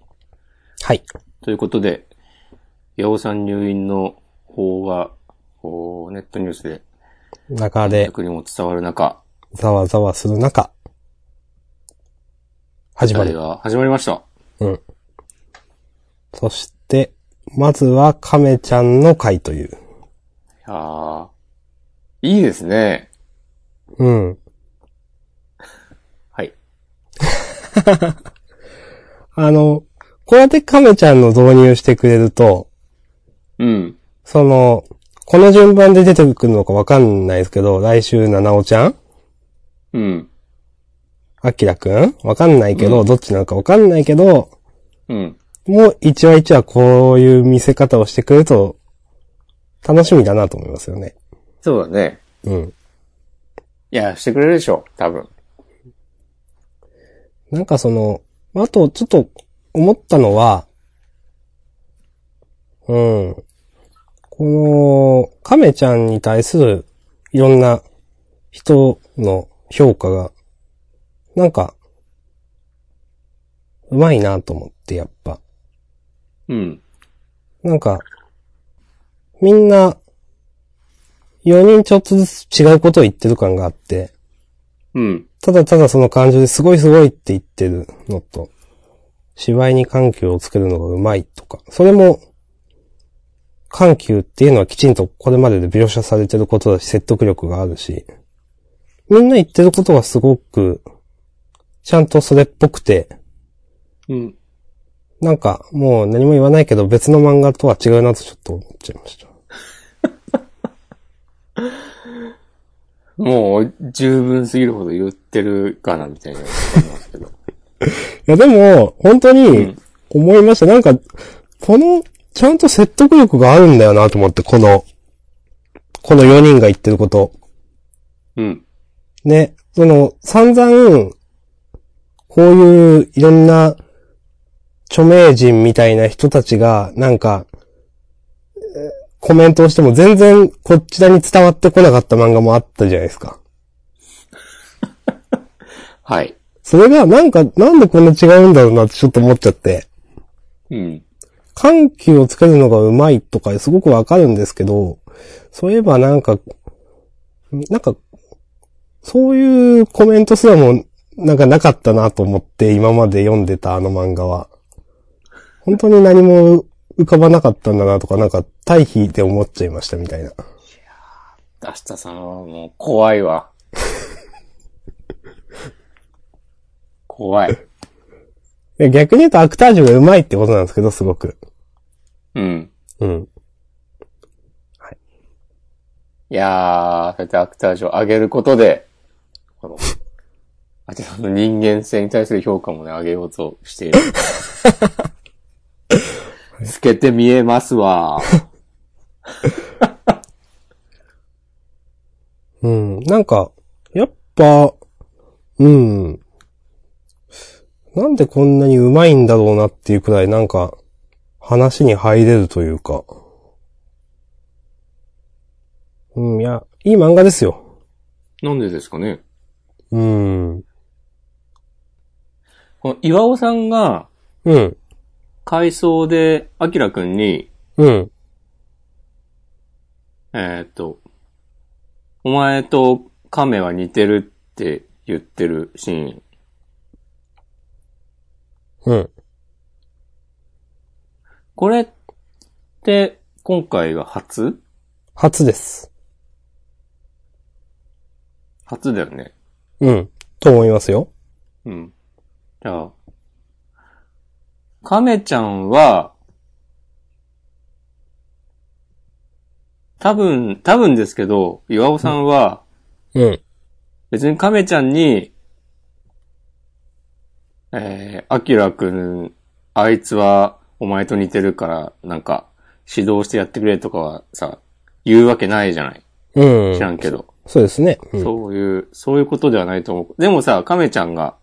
[SPEAKER 2] はい。
[SPEAKER 1] ということで、八尾さん入院の方が、こう、ネットニュースで、
[SPEAKER 2] 中で、
[SPEAKER 1] 逆にも伝わる中、
[SPEAKER 2] ざわざわする中、始ま
[SPEAKER 1] あ
[SPEAKER 2] り
[SPEAKER 1] れ。が始まりました。
[SPEAKER 2] うん。そして、まずは亀ちゃんの回という。
[SPEAKER 1] いやーいいですね。
[SPEAKER 2] うん。
[SPEAKER 1] はい。
[SPEAKER 2] あの、こうやって亀ちゃんの導入してくれると、
[SPEAKER 1] うん。
[SPEAKER 2] その、この順番で出てくるのかわかんないですけど、来週、七尾ちゃん
[SPEAKER 1] うん。
[SPEAKER 2] あきらくんわかんないけど、どっちなのかわかんないけど、
[SPEAKER 1] うん。
[SPEAKER 2] もう一話一話こういう見せ方をしてくれると、楽しみだなと思いますよね。
[SPEAKER 1] そうだね。
[SPEAKER 2] うん。
[SPEAKER 1] いや、してくれるでしょ。多分。
[SPEAKER 2] なんかその、あとちょっと思ったのは、うん。この、亀ちゃんに対するいろんな人の評価が、なんか、うまいなと思って、やっぱ。
[SPEAKER 1] うん。
[SPEAKER 2] なんか、みんな、4人ちょっとずつ違うことを言ってる感があって、
[SPEAKER 1] うん。
[SPEAKER 2] ただただその感情ですごいすごいって言ってるのと、芝居に緩急をつけるのがうまいとか、それも、緩急っていうのはきちんとこれまでで描写されてることだし、説得力があるし、みんな言ってることがすごく、ちゃんとそれっぽくて、
[SPEAKER 1] うん。
[SPEAKER 2] なんかもう何も言わないけど別の漫画とは違うなとちょっと思っちゃいました。
[SPEAKER 1] もう、十分すぎるほど言ってるかな、みたいな感じなんですけど。
[SPEAKER 2] いや、でも、本当に
[SPEAKER 1] ん、
[SPEAKER 2] 思いました。なんか、この、ちゃんと説得力があるんだよなと思って、この、この4人が言ってること。
[SPEAKER 1] うん。
[SPEAKER 2] ね、その、散々、こういういろんな著名人みたいな人たちが、なんか、えーコメントをしても全然こちらに伝わってこなかった漫画もあったじゃないですか。
[SPEAKER 1] はい。
[SPEAKER 2] それが、なんか、なんでこんな違うんだろうなってちょっと思っちゃって。
[SPEAKER 1] うん。
[SPEAKER 2] 緩急をつけるのがうまいとかすごくわかるんですけど、そういえばなんか、なんか、そういうコメントすらも、なんかなかったなと思って今まで読んでたあの漫画は。本当に何も浮かばなかったんだなとか、なんか対比で思っちゃいましたみたいな。
[SPEAKER 1] 明日さんはもう、怖いわ。怖い。
[SPEAKER 2] で逆に言うとアクタージュがうまいってことなんですけど、すごく。
[SPEAKER 1] うん。
[SPEAKER 2] うん。
[SPEAKER 1] いやー、そうやってアクター賞を上げることで、この、あてさんの人間性に対する評価もね、上げようとしてい る。透けて見えますわ。
[SPEAKER 2] うん。なんか、やっぱ、うん。なんでこんなにうまいんだろうなっていうくらい、なんか、話に入れるというか。うん、いや、いい漫画ですよ。
[SPEAKER 1] なんでですかね
[SPEAKER 2] うん。
[SPEAKER 1] この岩尾さんが、
[SPEAKER 2] うん。
[SPEAKER 1] 回想で、アキラくんに、
[SPEAKER 2] うん。
[SPEAKER 1] えーっと、お前と亀は似てるって言ってるシーン。
[SPEAKER 2] うん。
[SPEAKER 1] これって、今回が初
[SPEAKER 2] 初です。
[SPEAKER 1] 初だよね。
[SPEAKER 2] うん。と思いますよ。
[SPEAKER 1] うん。じゃあ、亀ちゃんは、多分、多分ですけど、岩尾さんは、
[SPEAKER 2] うん。
[SPEAKER 1] 別に亀ちゃんに、えー、アキラくん、あいつはお前と似てるから、なんか、指導してやってくれとかはさ、言うわけないじゃない
[SPEAKER 2] うん
[SPEAKER 1] 知。らんけど。
[SPEAKER 2] そうですね。うん。
[SPEAKER 1] そういう、そういうことではないと思う。でもさ、亀ちゃんが、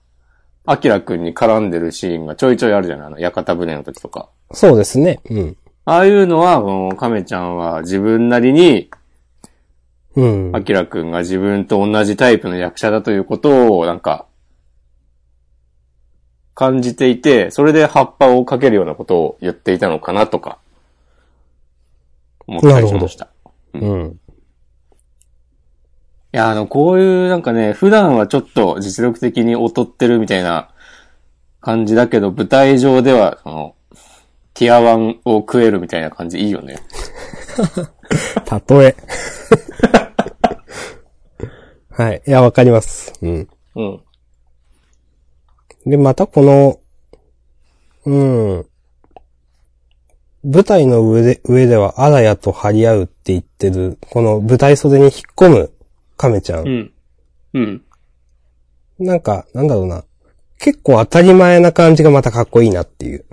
[SPEAKER 1] アキラくんに絡んでるシーンがちょいちょいあるじゃないあの、屋形船の時とか。
[SPEAKER 2] そうですね。うん。
[SPEAKER 1] ああいうのは、もう、亀ちゃんは自分なりに、
[SPEAKER 2] うん。
[SPEAKER 1] アキラくんが自分と同じタイプの役者だということを、なんか、感じていて、それで葉っぱをかけるようなことを言っていたのかなとか、思ったりしました。
[SPEAKER 2] うん。
[SPEAKER 1] いや、あの、こういうなんかね、普段はちょっと実力的に劣ってるみたいな感じだけど、舞台上では、その、ティアワンを食えるみたいな感じいいよね。
[SPEAKER 2] たとえ。はい。いや、わかります。うん。
[SPEAKER 1] うん。
[SPEAKER 2] で、またこの、うん。舞台の上で、上ではあらやと張り合うって言ってる、この舞台袖に引っ込む亀ちゃん。
[SPEAKER 1] うん。うん。
[SPEAKER 2] なんか、なんだろうな。結構当たり前な感じがまたかっこいいなっていう。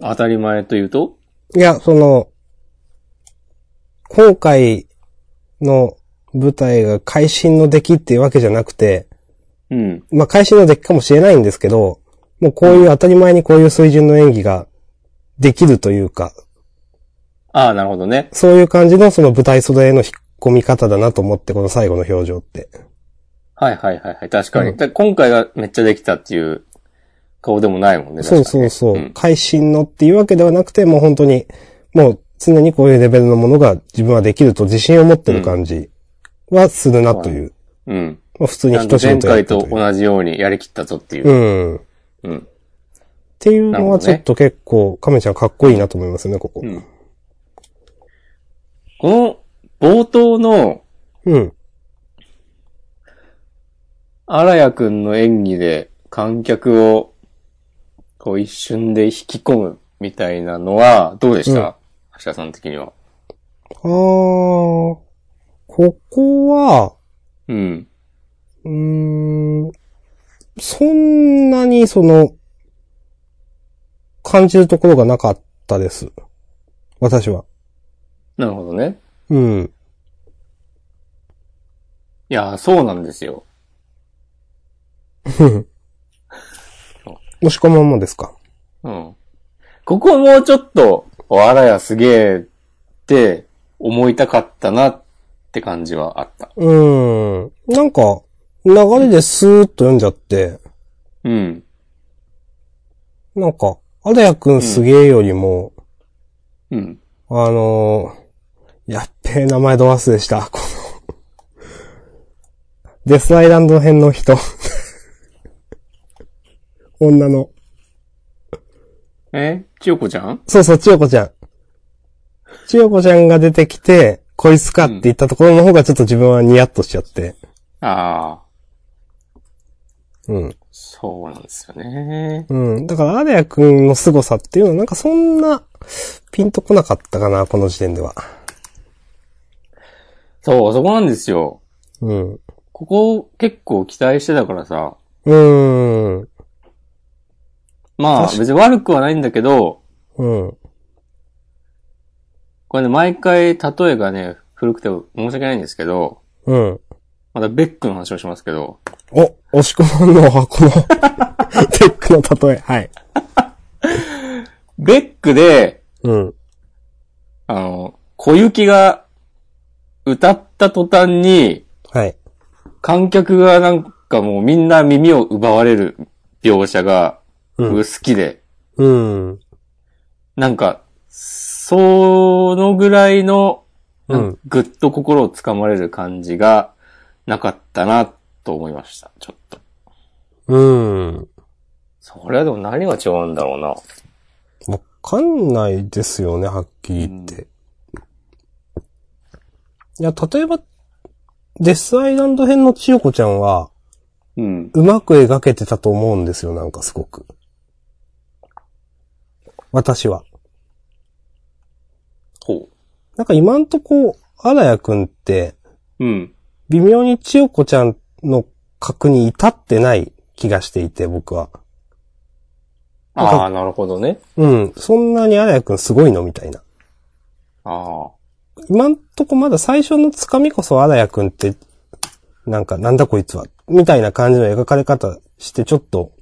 [SPEAKER 1] 当たり前というと
[SPEAKER 2] いや、その、今回の舞台が会心の出来っていうわけじゃなくて、
[SPEAKER 1] うん。
[SPEAKER 2] まあ、会心の出来かもしれないんですけど、もうこういう当たり前にこういう水準の演技ができるというか、
[SPEAKER 1] ああ、なるほどね。
[SPEAKER 2] そういう感じのその舞台袖への引っ込み方だなと思って、この最後の表情って。
[SPEAKER 1] はいはいはいはい。確かに。
[SPEAKER 2] うん
[SPEAKER 1] だ今回がめっちゃできたっていう顔でもないもんね。
[SPEAKER 2] そう
[SPEAKER 1] 確かに
[SPEAKER 2] そうそう。
[SPEAKER 1] ん
[SPEAKER 2] 会心のっていうわけではなくて、もう本当に、もう常にこういうレベルのものが自分はできると自信を持ってる感じはするなという。
[SPEAKER 1] うん。
[SPEAKER 2] まあ、普通に
[SPEAKER 1] なん
[SPEAKER 2] 一
[SPEAKER 1] か
[SPEAKER 2] 仕
[SPEAKER 1] 前
[SPEAKER 2] 事やっ
[SPEAKER 1] 回
[SPEAKER 2] た
[SPEAKER 1] と
[SPEAKER 2] という。
[SPEAKER 1] 同じようにやりきったぞっていうう。
[SPEAKER 2] ん。っ
[SPEAKER 1] うん。
[SPEAKER 2] ていうのはちょっと結構、亀ちゃんかっこいいなと思いますね、ここ。
[SPEAKER 1] うん。この冒頭の
[SPEAKER 2] うん。
[SPEAKER 1] 荒谷くんの演技で観客をこう一瞬で引き込むみたいなのはどうでした、
[SPEAKER 2] うん
[SPEAKER 1] 橋田さん的には。
[SPEAKER 2] あー、ここは、
[SPEAKER 1] うん。
[SPEAKER 2] うーん、そんなにその、感じるところがなかったです。私は。
[SPEAKER 1] なるほどね。
[SPEAKER 2] うん。
[SPEAKER 1] いや、そうなんですよ。
[SPEAKER 2] 押し込むもんですか。
[SPEAKER 1] うん。ここもうちょっと、おあらやすげえって思いたかったなって感じはあった。
[SPEAKER 2] うーん。なんか、流れでスーッと読んじゃって、
[SPEAKER 1] うん。
[SPEAKER 2] なんか、アダヤくんすげえよりも、
[SPEAKER 1] うん。
[SPEAKER 2] あのー、やっべえ名前ドアスでした。この、デスアイランド編の人。女の。
[SPEAKER 1] え千代子ちゃん
[SPEAKER 2] そうそう、千代子ちゃん。千代子ちゃんが出てきて、こいつかって言ったところの方がちょっと自分はニヤッとしちゃって。
[SPEAKER 1] ああ、
[SPEAKER 2] うん。
[SPEAKER 1] そうなんですよね。
[SPEAKER 2] うん。だから、アレア君の凄さっていうのは、なんかそんな、ピンとこなかったかな、この時点では。
[SPEAKER 1] そう、そこなんですよ。
[SPEAKER 2] うん。う
[SPEAKER 1] ここ結構期待してたからさ。
[SPEAKER 2] ーん。
[SPEAKER 1] まあ、
[SPEAKER 2] 確か
[SPEAKER 1] 別に悪くはないんだけど、
[SPEAKER 2] うん。
[SPEAKER 1] これね、毎回例えがね、古くて申し訳ないんですけど、
[SPEAKER 2] うん。
[SPEAKER 1] またベックの話をしますけど、
[SPEAKER 2] お、押し込まんのは、この、 テックの例え。はい。
[SPEAKER 1] ベックで、
[SPEAKER 2] うん。
[SPEAKER 1] あの、小雪が歌った途端に、
[SPEAKER 2] はい。
[SPEAKER 1] 観客がなんかもうみんな耳を奪われる描写が、
[SPEAKER 2] うん
[SPEAKER 1] 僕好きで、
[SPEAKER 2] うん。
[SPEAKER 1] なんか、そのぐらいの、
[SPEAKER 2] う
[SPEAKER 1] なん
[SPEAKER 2] ん
[SPEAKER 1] か。ぐっと心をつかまれる感じがなかったなと思いました、ちょっと。
[SPEAKER 2] うん。
[SPEAKER 1] それはでも何が違うんだろうな。
[SPEAKER 2] わかんないですよね、はっきり言って。いや、例えば、デスアイランド編の千代子ちゃんは、
[SPEAKER 1] うん。
[SPEAKER 2] うまく描けてたと思うんですよ、なんかすごく。私は。
[SPEAKER 1] ほ
[SPEAKER 2] なんか今んとこ、荒谷くんって、
[SPEAKER 1] う。うん。
[SPEAKER 2] 微妙に千代子ちゃんの格に至ってない気がしていて、僕は。なん
[SPEAKER 1] あ
[SPEAKER 2] か
[SPEAKER 1] あ、なるほどね。
[SPEAKER 2] うん、そんなに荒谷くんすごいのみたいな。
[SPEAKER 1] ああ。
[SPEAKER 2] 今んとこまだ最初のつかみこそ荒谷くんって、なんかなんだこいつは、みたいな感じの描かれ方してちょっと、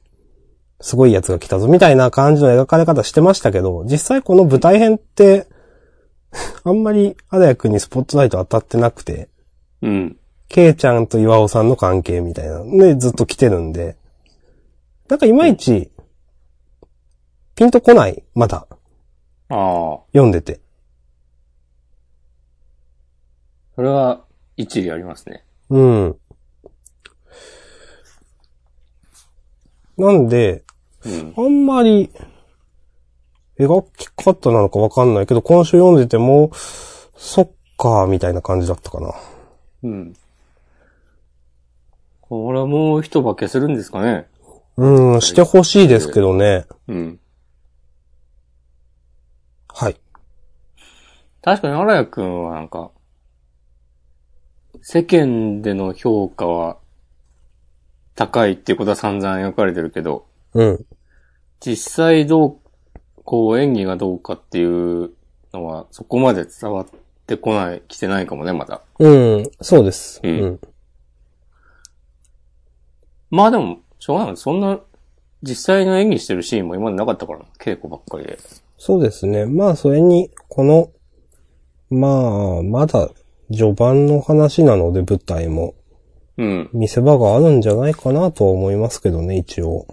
[SPEAKER 2] すごいやつが来たぞ、みたいな感じの描かれ方してましたけど、実際この舞台編って、 あんまり荒谷くんにスポットライト当たってなくて、
[SPEAKER 1] うん。
[SPEAKER 2] ケイちゃんと岩尾さんの関係みたいなのでずっと来てるんで、なんかいまいち、ピンとこない、まだ、
[SPEAKER 1] ああ。
[SPEAKER 2] 読んでて。
[SPEAKER 1] それは一理ありますね。
[SPEAKER 2] うん。なんで、
[SPEAKER 1] うん。
[SPEAKER 2] あんまり、描き方なのかわかんないけど、今週読んでても、そっか、みたいな感じだったかな。
[SPEAKER 1] うん。これはもう一化けするんですかね
[SPEAKER 2] うん、してほしいですけどね。
[SPEAKER 1] うん。
[SPEAKER 2] はい。
[SPEAKER 1] 確かに荒谷くんはなんか、世間での評価は高いっていうことは散々描かれてるけど、
[SPEAKER 2] うん。
[SPEAKER 1] 実際どう、こう演技がどうかっていうのはそこまで伝わってこない、来てないかもね、まだ。
[SPEAKER 2] うん、そうです。
[SPEAKER 1] うん
[SPEAKER 2] うん。
[SPEAKER 1] まあでも、しょうがない。そんな、実際の演技してるシーンも今までなかったからな、稽古ばっかりで。
[SPEAKER 2] そうですね。まあ、それに、この、まあ、まだ、序盤の話なので、舞台も、
[SPEAKER 1] うん。
[SPEAKER 2] 見せ場があるんじゃないかなとは思いますけどね、一応。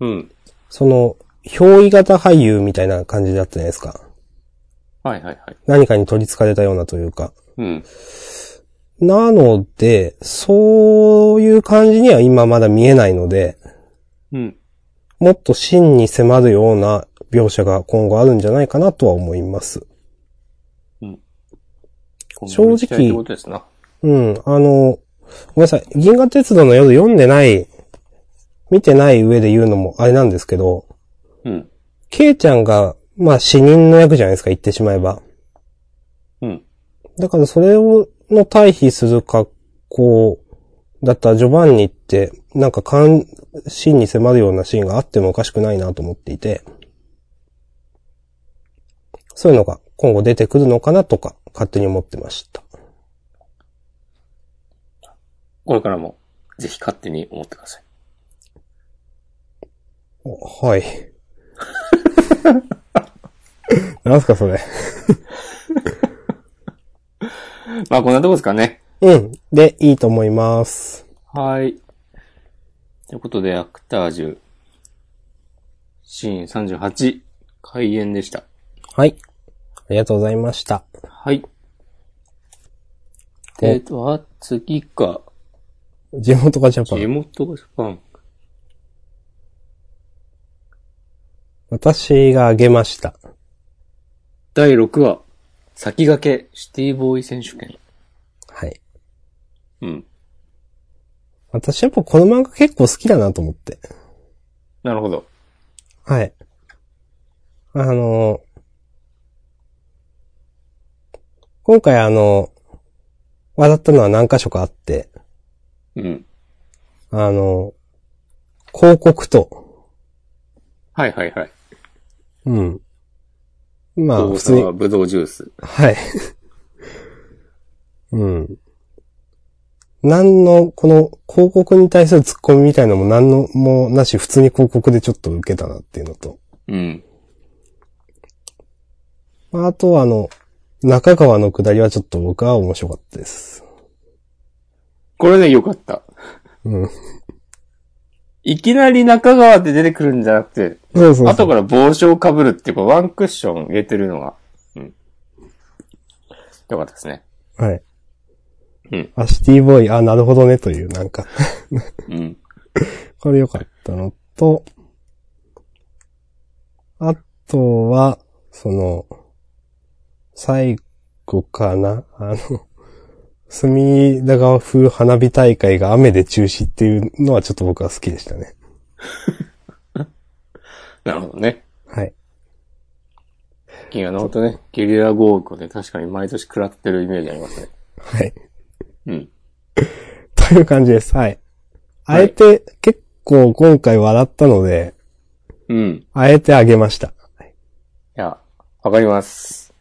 [SPEAKER 1] うん。
[SPEAKER 2] その、憑依型俳優みたいな感じだったじゃないですか。
[SPEAKER 1] はいはいはい。
[SPEAKER 2] 何かに取り憑かれたようなというか。
[SPEAKER 1] うん。
[SPEAKER 2] なので、そういう感じには今まだ見えないので、
[SPEAKER 1] うん。
[SPEAKER 2] もっと真に迫るような描写が今後あるんじゃないかなとは思います。
[SPEAKER 1] 今後の期待ってことですな。
[SPEAKER 2] うん、あの、ごめんなさい。銀河鉄道の夜読んでない、見てない上で言うのもあれなんですけど、
[SPEAKER 1] うん。
[SPEAKER 2] ケイちゃんが、まあ死人の役じゃないですか、言ってしまえば。
[SPEAKER 1] うん。
[SPEAKER 2] だからそれを、の対比する格好だったらジョバンニって、なんか関心に迫るようなシーンがあってもおかしくないなと思っていて、そういうのが今後出てくるのかなとか、勝手に思ってました。
[SPEAKER 1] これからも、ぜひ勝手に思ってください。
[SPEAKER 2] はい。 なんすかそれ。
[SPEAKER 1] まあこんなとこですかね。
[SPEAKER 2] うん。で、いいと思います。
[SPEAKER 1] はい。ということで、アクタージュ、シーン38、開演でした。
[SPEAKER 2] はい。ありがとうございました。
[SPEAKER 1] はい。で、とは、次か、
[SPEAKER 2] 地元がジャパ
[SPEAKER 1] 地
[SPEAKER 2] ン。
[SPEAKER 1] 元がジャパン。
[SPEAKER 2] 私があげました。
[SPEAKER 1] 第6話、先駆け、シティボーイ選手権。
[SPEAKER 2] はい。
[SPEAKER 1] うん。
[SPEAKER 2] 私やっぱこの漫画結構好きだなと思って。
[SPEAKER 1] なるほど。
[SPEAKER 2] はい。あの今回あの笑ったのは何箇所かあって、
[SPEAKER 1] うん。
[SPEAKER 2] あの広告と、
[SPEAKER 1] はいはいはい。
[SPEAKER 2] うん。まあ、
[SPEAKER 1] 大
[SPEAKER 2] 普通に
[SPEAKER 1] 沢、ぶどうジュース。
[SPEAKER 2] はい。 うん。何の、この広告に対するツッコミみたいのも何のもなし、普通に広告でちょっと受けたなっていうのと。
[SPEAKER 1] うん。
[SPEAKER 2] まああとはあの、中川の下りはちょっと僕は面白かったです。
[SPEAKER 1] これね、よかった。
[SPEAKER 2] うん。
[SPEAKER 1] いきなり中川って出てくるんじゃなくて、
[SPEAKER 2] そうそうそ
[SPEAKER 1] 後
[SPEAKER 2] う。
[SPEAKER 1] から帽子をかぶるっていうか、ワンクッション入れてるのが、うん。よかったですね。
[SPEAKER 2] はい。
[SPEAKER 1] うん。
[SPEAKER 2] あ、シティボーイ、あ、なるほどね、という、なんか、
[SPEAKER 1] うん。
[SPEAKER 2] これ良かったのと、あとは、その、最後かなあの、隅田川風花火大会が雨で中止っていうのはちょっと僕は好きでしたね。
[SPEAKER 1] なるほどね。
[SPEAKER 2] はい。
[SPEAKER 1] 金がなるほどね。ゲリラ豪雨で確かに毎年食らってるイメージありますね。
[SPEAKER 2] はい。
[SPEAKER 1] うん。
[SPEAKER 2] という感じです。はい。あえて、結構今回笑ったので、
[SPEAKER 1] うん。い
[SPEAKER 2] あえてあげました。
[SPEAKER 1] や、わかります。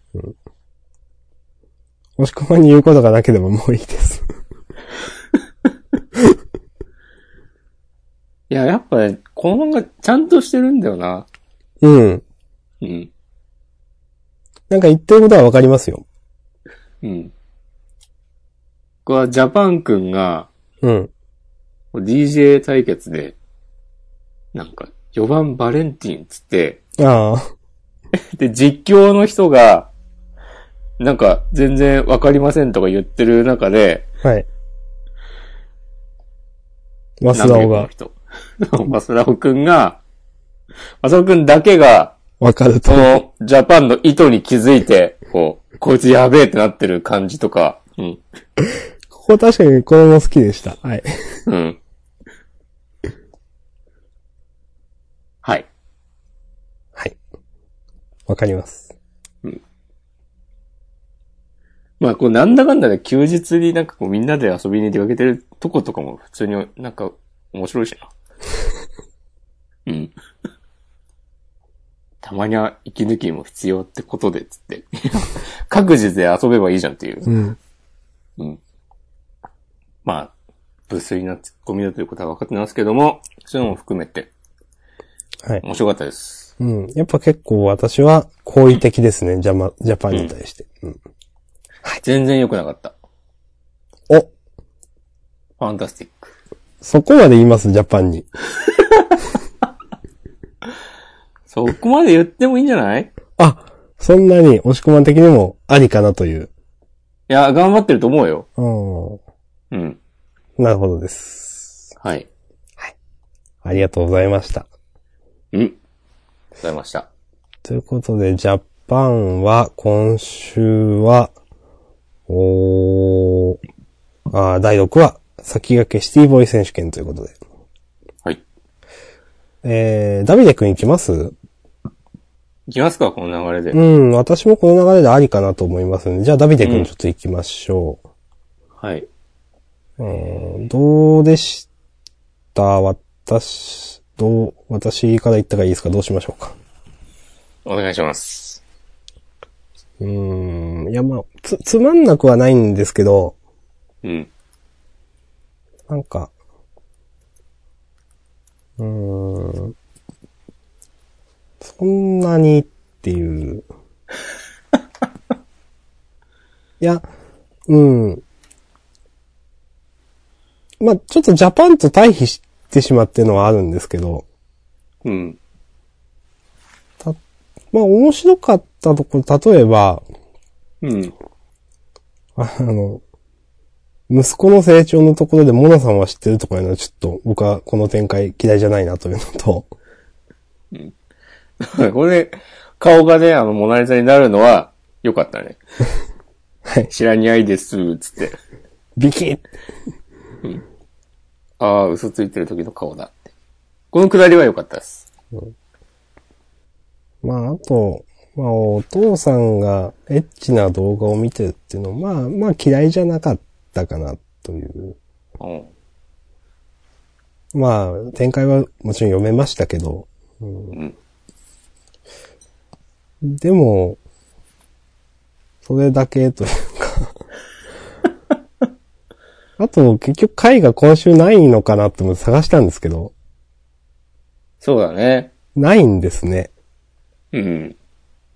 [SPEAKER 2] もしこまに言うことがなければもういいです。
[SPEAKER 1] いや、やっぱね、この漫画ちゃんとしてるんだよな。
[SPEAKER 2] うん。
[SPEAKER 1] うん。
[SPEAKER 2] なんか言ってることはわかりますよ。
[SPEAKER 1] うん。これはジャパンくんが、
[SPEAKER 2] うん。
[SPEAKER 1] DJ 対決で、なんか、4番バレンティンっつって、
[SPEAKER 2] ああ。
[SPEAKER 1] で、実況の人が、なんか、全然わかりませんとか言ってる中で、
[SPEAKER 2] はい。マスダオ
[SPEAKER 1] なん
[SPEAKER 2] が
[SPEAKER 1] か。この人 マスラオくんが、マスラオくんだけが、
[SPEAKER 2] わかると
[SPEAKER 1] そ。の、ジャパンの意図に気づいて、こう、こいつやべえってなってる感じとか、うん。
[SPEAKER 2] ここ確かにこれも好きでした。はい。
[SPEAKER 1] うん。はい。
[SPEAKER 2] はい。わかります。
[SPEAKER 1] まあ、こう、なんだかんだで休日になんかこう、みんなで遊びに出かけてるとことかも、普通になんか、面白いしな。うん。たまには息抜きも必要ってことで、つって。 各自で遊べばいいじゃんっていう。
[SPEAKER 2] うん。
[SPEAKER 1] うん。まあ、無粋なツッコミだということは分かってますけども、そういうのも含めて、
[SPEAKER 2] はい。
[SPEAKER 1] 面白かったです。
[SPEAKER 2] うん。やっぱ結構私は好意的ですね。ジャマ、ジャパンに対して。うん。
[SPEAKER 1] 全然良くなかった。
[SPEAKER 2] お、
[SPEAKER 1] ファンタスティック。
[SPEAKER 2] そこまで言います、ジャパンに。
[SPEAKER 1] そこまで言ってもいいんじゃない
[SPEAKER 2] あ、そんなに押し込まん的にもありかなという。
[SPEAKER 1] いや、頑張ってると思うよ。
[SPEAKER 2] う
[SPEAKER 1] うん。
[SPEAKER 2] ん。なるほどです。
[SPEAKER 1] はい。
[SPEAKER 2] ありがとうございました。
[SPEAKER 1] うん。ありがとうございました。
[SPEAKER 2] ということで、ジャパンは、今週は、おー、あー第6話、先駆けシティボーイ選手権ということで。
[SPEAKER 1] はい。
[SPEAKER 2] えー、ダビデくんいきます
[SPEAKER 1] いきますか、この流れ
[SPEAKER 2] う
[SPEAKER 1] で。
[SPEAKER 2] ん、私もこの流れでありかなと思いますね。じゃあ、ダビデくんちょっと行きましょ
[SPEAKER 1] はい。
[SPEAKER 2] う。うん、どうでした私、どう、私から言ったらいいですかどうしましょうか
[SPEAKER 1] お願いします。
[SPEAKER 2] うーん、いや、まあ、つ、つまんなくはないんですけど、
[SPEAKER 1] うん。
[SPEAKER 2] なんか、うーん、そんなにっていう。 いや、うん。まあ、ちょっとジャパンと対比してしまってるのはあるんですけど、
[SPEAKER 1] うん。
[SPEAKER 2] た、まあ、面白かったところ、例えば、
[SPEAKER 1] うん。
[SPEAKER 2] あの、息子の成長のところでモナさんは知ってるとかいうのはちょっと僕はこの展開嫌いじゃないなというのと、
[SPEAKER 1] これ、顔がね、あの、モナリザになるのは、良かった ね。
[SPEAKER 2] はい
[SPEAKER 1] 知らにゃいです、つって。
[SPEAKER 2] ビキッ
[SPEAKER 1] ああ、嘘ついてる時の顔だって。このくだりは良かったです。
[SPEAKER 2] まあ、あと、まあ、お父さんがエッチな動画を見てるっていうのは、まあ、まあ嫌いじゃなかったかなという。
[SPEAKER 1] うん。
[SPEAKER 2] まあ、展開はもちろん読めましたけど、
[SPEAKER 1] うん。
[SPEAKER 2] でも、それだけという か。あと、結局回が今週ないのかなって思って探したんですけど、
[SPEAKER 1] そうだね。
[SPEAKER 2] ないんですね。
[SPEAKER 1] うん。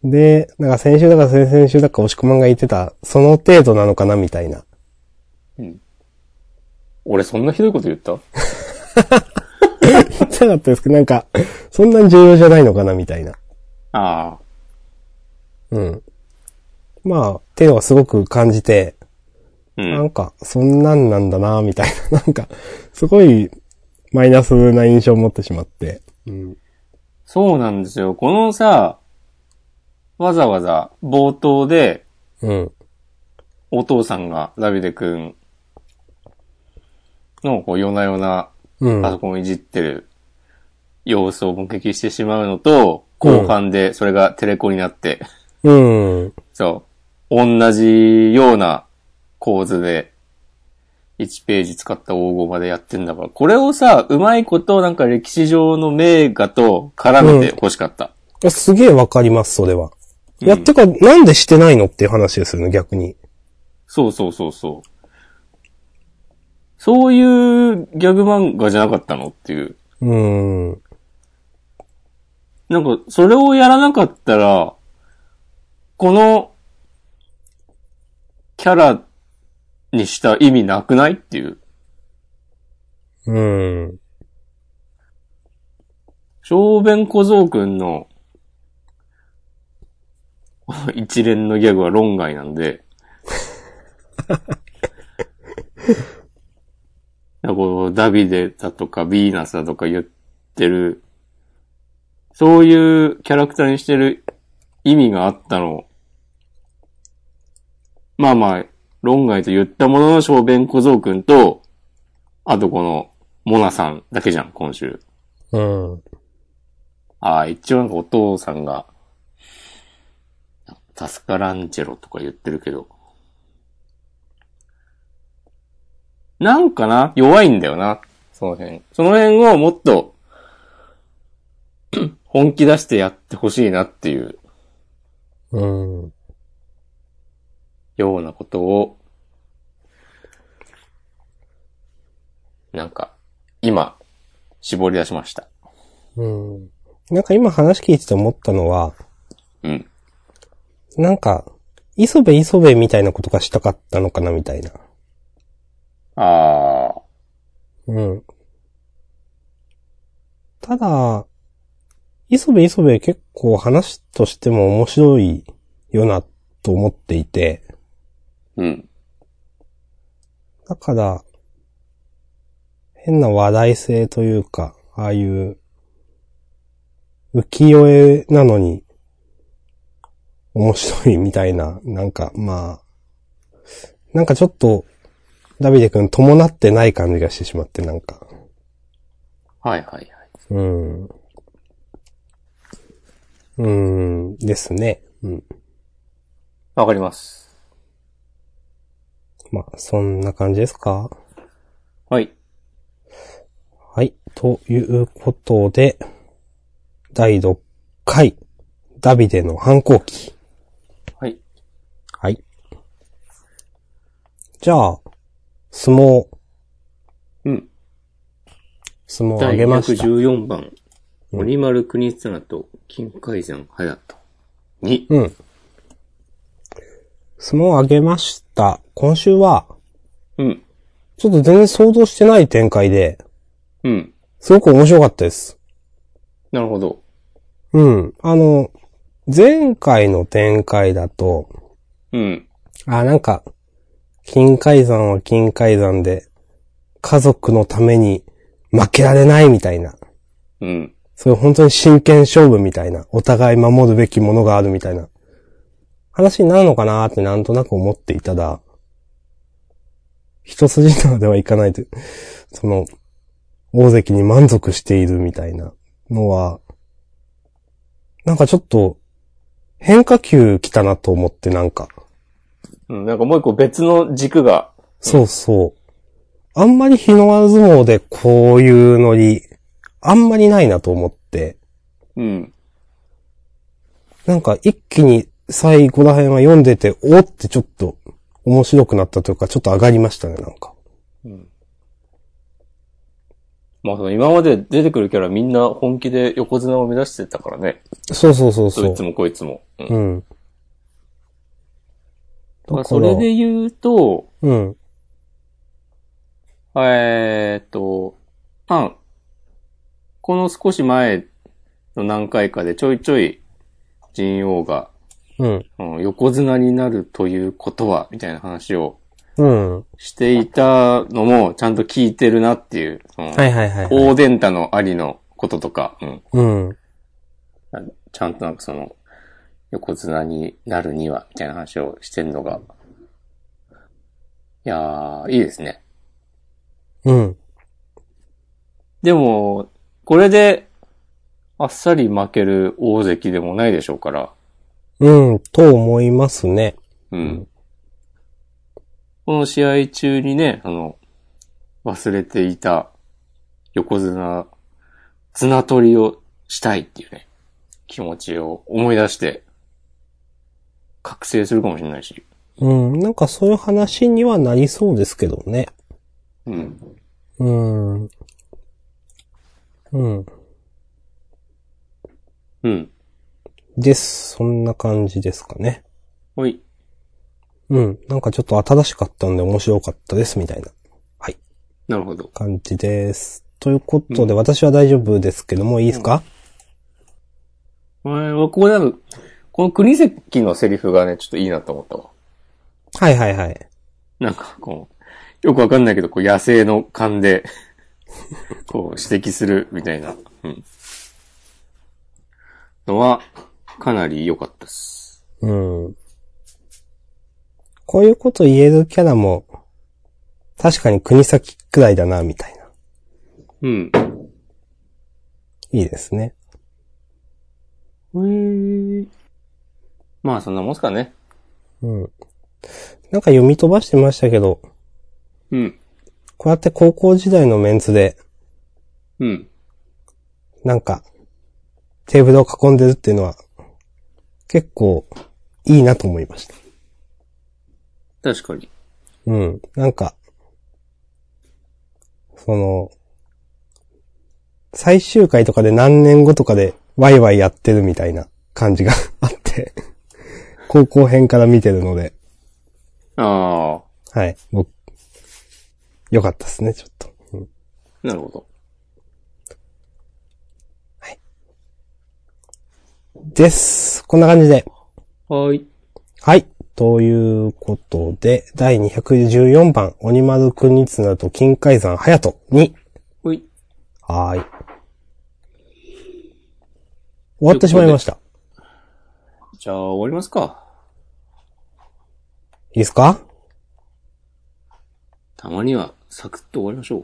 [SPEAKER 2] で、なんか先週だか先々週だか押し込まんが言ってた、その程度なのかなみたいな。
[SPEAKER 1] 俺そんなひどいこと言った
[SPEAKER 2] 言ってなかったですけど、なんか、そんなに重要じゃないのかなみたいな。
[SPEAKER 1] ああ。
[SPEAKER 2] うん。まあ、手はすごく感じて、
[SPEAKER 1] う。
[SPEAKER 2] なんんか、そんなんなんだなみたいな。 なんか、すごい、マイナスな印象を持ってしまって。うん。
[SPEAKER 1] そうなんですよ。このさ、わざわざ冒頭で、
[SPEAKER 2] うん。
[SPEAKER 1] お父さんがダビデくんの、こう、夜な夜な
[SPEAKER 2] うん。
[SPEAKER 1] パソコンをいじってる様子を目撃してしまうのと、
[SPEAKER 2] うん
[SPEAKER 1] 後半でそれがテレコになって、
[SPEAKER 2] うん。
[SPEAKER 1] そう、同じような構図で、1ページ使った黄金までやってんだから、これをさ、うまいことなんか歴史上の名画と絡めて欲しかった。
[SPEAKER 2] すげえわかります、それは。いや、
[SPEAKER 1] うん
[SPEAKER 2] てか、なんでしてないのっていう話ですよね、逆に。
[SPEAKER 1] そうそうそうそう。そういうギャグ漫画じゃなかったのっていう。
[SPEAKER 2] うん。
[SPEAKER 1] なんか、それをやらなかったら、この、キャラにした意味なくないっていう。
[SPEAKER 2] うん。
[SPEAKER 1] 小便小僧くんの、 この一連のギャグは論外なんで、だからこうダビデだとかビーナスだとか言ってる、そういうキャラクターにしてる意味があったのをまあまあ、論外と言ったものの小便小僧くんと、あとこの、モナさんだけじゃん、今週。
[SPEAKER 2] うん。
[SPEAKER 1] ああ、一応なんかお父さんが、タスカランチェロとか言ってるけど。なんかな、弱いんだよな、その辺。その辺をもっと、 本気出してやってほしいなっていう
[SPEAKER 2] うん。
[SPEAKER 1] ようなことを、なんか、今、絞り出しました。
[SPEAKER 2] うん。なんか今話聞いてて思ったのは、
[SPEAKER 1] うん。
[SPEAKER 2] なんか、磯部磯部みたいなことがしたかったのかなみたいな。
[SPEAKER 1] ああ、
[SPEAKER 2] うん。ただ、磯部磯部結構話としても面白いよなと思っていて、
[SPEAKER 1] うん。
[SPEAKER 2] だから、変な話題性というか、ああいう、浮世絵なのに、面白いみたいな、なんか、まあ、なんかちょっと、ダビデ君伴ってない感じがしてしまって、なんか。
[SPEAKER 1] はいはいはい。
[SPEAKER 2] うん。うーん、ですね。うん。
[SPEAKER 1] わかります。
[SPEAKER 2] まあ、そんな感じですか
[SPEAKER 1] はい。
[SPEAKER 2] はい。ということで、第6回、ダビデの反抗期。
[SPEAKER 1] はい。
[SPEAKER 2] はい。じゃあ、相撲、
[SPEAKER 1] うん。
[SPEAKER 2] 相撲あ
[SPEAKER 1] 第
[SPEAKER 2] げました。
[SPEAKER 1] 114番、森丸国綱と金海山隼人。に、
[SPEAKER 2] うん。相撲あげました。今週は、
[SPEAKER 1] うん。
[SPEAKER 2] ちょっと全然想像してない展開で、
[SPEAKER 1] うん。
[SPEAKER 2] すごく面白かったです。
[SPEAKER 1] なるほど。
[SPEAKER 2] うん。あの、前回の展開だと、
[SPEAKER 1] うん。
[SPEAKER 2] あ、なんか、金海山は金海山で、家族のために負けられないみたいな。
[SPEAKER 1] うん。
[SPEAKER 2] そういう本当に真剣勝負みたいな。お互い守るべきものがあるみたいな。話になるのかなーってなんとなく思っていただ、一筋縄ではいかないという、その、大関に満足しているみたいなのは、なんかちょっと、変化球来たなと思ってなんか。
[SPEAKER 1] うん。なんかもう一個別の軸が、
[SPEAKER 2] そうそう。あんまり日の丸相撲でこういうノリ、あんまりないなと思って。
[SPEAKER 1] うん。
[SPEAKER 2] なんか一気に最後ら辺は読んでて、おーってちょっと面白くなったというか、ちょっと上がりましたね、なんか。
[SPEAKER 1] まあその今まで出てくるキャラみんな本気で横綱を目指してたからね。
[SPEAKER 2] そうそうそう
[SPEAKER 1] ど
[SPEAKER 2] そ
[SPEAKER 1] いうつ。もこいつも。うん。
[SPEAKER 2] うん。だ
[SPEAKER 1] まあそれで言うと、
[SPEAKER 2] うん。
[SPEAKER 1] えーっと、あ、この少し前の何回かでちょいちょい、神王が、
[SPEAKER 2] うん。
[SPEAKER 1] うん、横綱になるということは、みたいな話を
[SPEAKER 2] うん。
[SPEAKER 1] していたのも、ちゃんと聞いてるなっていう、うん
[SPEAKER 2] はいはいはい、はい。
[SPEAKER 1] 大伝太のありのこととか、うん、
[SPEAKER 2] うん。
[SPEAKER 1] ちゃんとなんかその、横綱になるには、みたいな話をしてるのが、いやー、いいですね。
[SPEAKER 2] うん。
[SPEAKER 1] でも、これで、あっさり負ける大関でもないでしょうから。
[SPEAKER 2] うん。と思いますね。
[SPEAKER 1] うん。この試合中にね、あの、忘れていた横綱、綱取りをしたいっていうね、気持ちを思い出して、覚醒するかもしれないし。
[SPEAKER 2] うん。なんかそういう話にはなりそうですけどね。
[SPEAKER 1] うん。
[SPEAKER 2] うん。うん。
[SPEAKER 1] うん。
[SPEAKER 2] です。そんな感じですかね。
[SPEAKER 1] ほい。
[SPEAKER 2] うん。なんかちょっと新しかったんで面白かったです、みたいな。
[SPEAKER 1] なるほど。
[SPEAKER 2] 感じです。ということで、私は大丈夫ですけども、いいですか、
[SPEAKER 1] えー、ここで、この国関のセリフがね、ちょっといいなと思ったわ。
[SPEAKER 2] はいはいはい。
[SPEAKER 1] なんかこう、よくわかんないけど、こう野生の勘で、 こう指摘するみたいな、うん。のは、かなり良かったです。
[SPEAKER 2] うん。こういうこと言えるキャラも、確かに国先くらいだな、みたいな。
[SPEAKER 1] うん。
[SPEAKER 2] いいですね。
[SPEAKER 1] まあ、そんなもんすかね。
[SPEAKER 2] うん。なんか読み飛ばしてましたけど、
[SPEAKER 1] うん。
[SPEAKER 2] こうやって高校時代のメンツで、
[SPEAKER 1] うん。
[SPEAKER 2] なんか、テーブルを囲んでるっていうのは、結構、いいなと思いました。
[SPEAKER 1] 確かに。
[SPEAKER 2] うん。なんか、その、最終回とかで何年後とかでワイワイやってるみたいな感じが あって、高校編から見てるので、
[SPEAKER 1] あ
[SPEAKER 2] はい。僕、よかったですね、ちょっと。うん
[SPEAKER 1] あ、なるほど。
[SPEAKER 2] です。こんな感じで。
[SPEAKER 1] はーい。
[SPEAKER 2] はい。ということで、第214番、鬼丸くんにつなと金海山隼人に、
[SPEAKER 1] ほい。
[SPEAKER 2] はーい。終わってしまいました。
[SPEAKER 1] じゃあ、終わりますか。
[SPEAKER 2] いいですか
[SPEAKER 1] たまには、サクッと終わりましょう。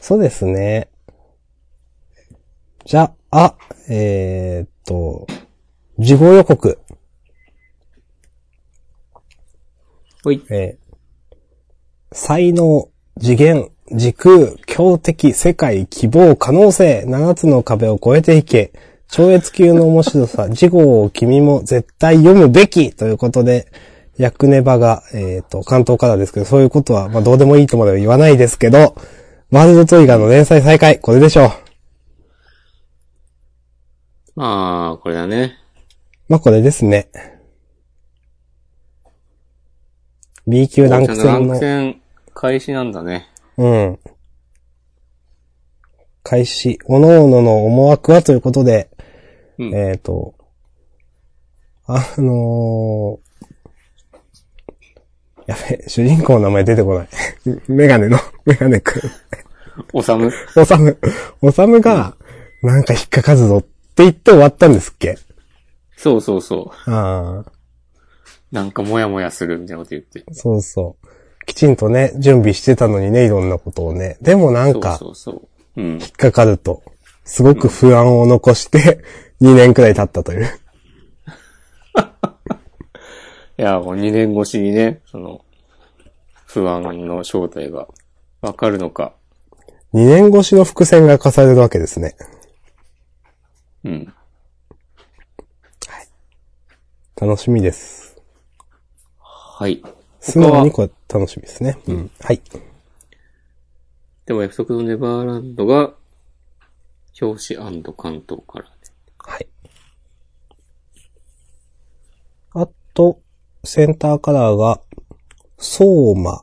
[SPEAKER 2] そうですね。じゃあ、えー、っと、事後予告。
[SPEAKER 1] ほい。
[SPEAKER 2] えー才能、次元、時空、強敵、世界、希望、可能性、7つの壁を越えていけ、超越級の面白さ、事後を君も絶対読むべきということで、ヤクネバが、えっ、と、関東からですけど、そういうことは、まあ、どうでもいいとまでは言わないですけど、ワールドトリガーの連載再開、これでしょう。
[SPEAKER 1] まあ、これだね。
[SPEAKER 2] まあ、これですね。B 級ランク
[SPEAKER 1] ラ
[SPEAKER 2] 戦
[SPEAKER 1] ンク
[SPEAKER 2] の、
[SPEAKER 1] 戦開始なんだね。
[SPEAKER 2] うん。開始、各々の思惑はということで、
[SPEAKER 1] うん
[SPEAKER 2] えっ、と、あのー、やべえ、主人公の名前出てこない。 メガネの、メガネくん。
[SPEAKER 1] おさむ。
[SPEAKER 2] おさむ、おさむが、なんか引っかかずぞって言って終わったんですっけ
[SPEAKER 1] そうそうそ
[SPEAKER 2] ああ、
[SPEAKER 1] う。なんかもやもやするみたいなこと言って。
[SPEAKER 2] そうそう。きちんとね、準備してたのにね、いろんなことをね。でもなんか、
[SPEAKER 1] そうそうそう。うん。
[SPEAKER 2] 引っかかると、すごく不安を残して、2年 くらい経ったという。
[SPEAKER 1] いや、もう2年越しにね、その、不安の正体がわかるのか。
[SPEAKER 2] 2年越しの伏線が課されるわけですね。
[SPEAKER 1] うん。
[SPEAKER 2] 楽しみです。
[SPEAKER 1] はい。
[SPEAKER 2] 素直にこれ楽しみですね。うん。はい。
[SPEAKER 1] でも約束のネバーランドが、表紙関東から、ね。
[SPEAKER 2] はい。あと、センターカラーが、相馬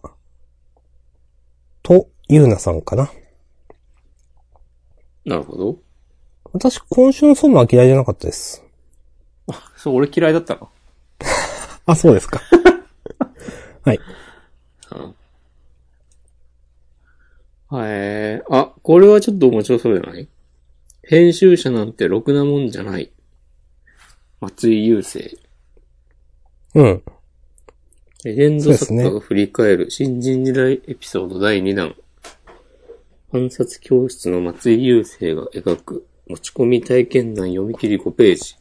[SPEAKER 2] とゆうなさんかな。
[SPEAKER 1] なるほど。
[SPEAKER 2] 私、今週の相馬は嫌いじゃなかったです。
[SPEAKER 1] そう、俺嫌いだったの。
[SPEAKER 2] あ、そうですか。はい。
[SPEAKER 1] うん。えー、あ、これはちょっと面白そうじゃない編集者なんてろくなもんじゃない。松井雄生。
[SPEAKER 2] うん。
[SPEAKER 1] レジェンド作
[SPEAKER 2] そう
[SPEAKER 1] 家
[SPEAKER 2] です
[SPEAKER 1] が振り返る新人時代エピソード第2弾。暗殺教室の松井雄生が描く持ち込み体験談読み切り5ページ。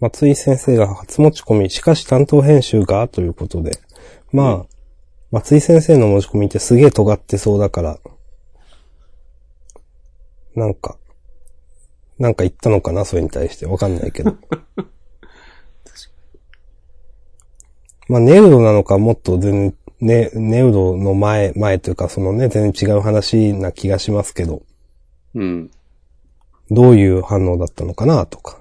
[SPEAKER 2] 松井先生が初持ち込み、しかし担当編集が、ということで。まあ、松井先生の持ち込みってすげえ尖ってそうだから、なんか、なんか言ったのかな、それに対して。わかんない けど。まあ、ネウロなのか、もっと全然、ね、ネウロの前、前というか、そのね、全然違う話な気がしますけど、
[SPEAKER 1] うん。
[SPEAKER 2] どういう反応だったのかな、とか。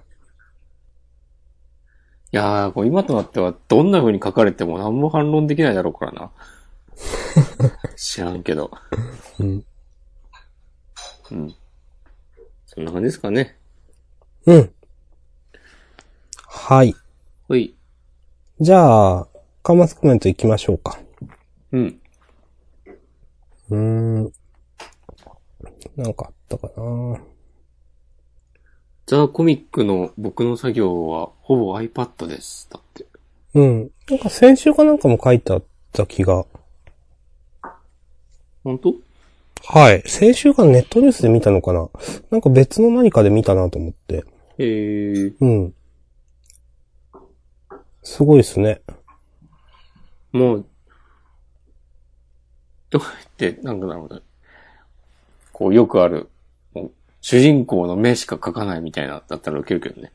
[SPEAKER 1] いやー、こう今となってはどんな風に書かれても何も反論できないだろうから な。知らんけど。
[SPEAKER 2] うん。
[SPEAKER 1] うん。そんな感じですかね。
[SPEAKER 2] うん。はい。
[SPEAKER 1] ほい。
[SPEAKER 2] じゃあ、カマスコメント行きましょうか。
[SPEAKER 1] うん。
[SPEAKER 2] うーん。なんかあったかな
[SPEAKER 1] ザ・コミックの僕の作業はほぼ iPad です。だって。
[SPEAKER 2] うん。なんか先週かなんかも書いてあった気が。
[SPEAKER 1] 本当
[SPEAKER 2] はい。先週かネットニュースで見たのかななんか別の何かで見たなと思って。
[SPEAKER 1] えー、
[SPEAKER 2] うん。すごいですね。
[SPEAKER 1] もう、どうやって、なんかなるほど。こう、よくある、もう主人公の目しか描かないみたいな、だったら受けるけどね。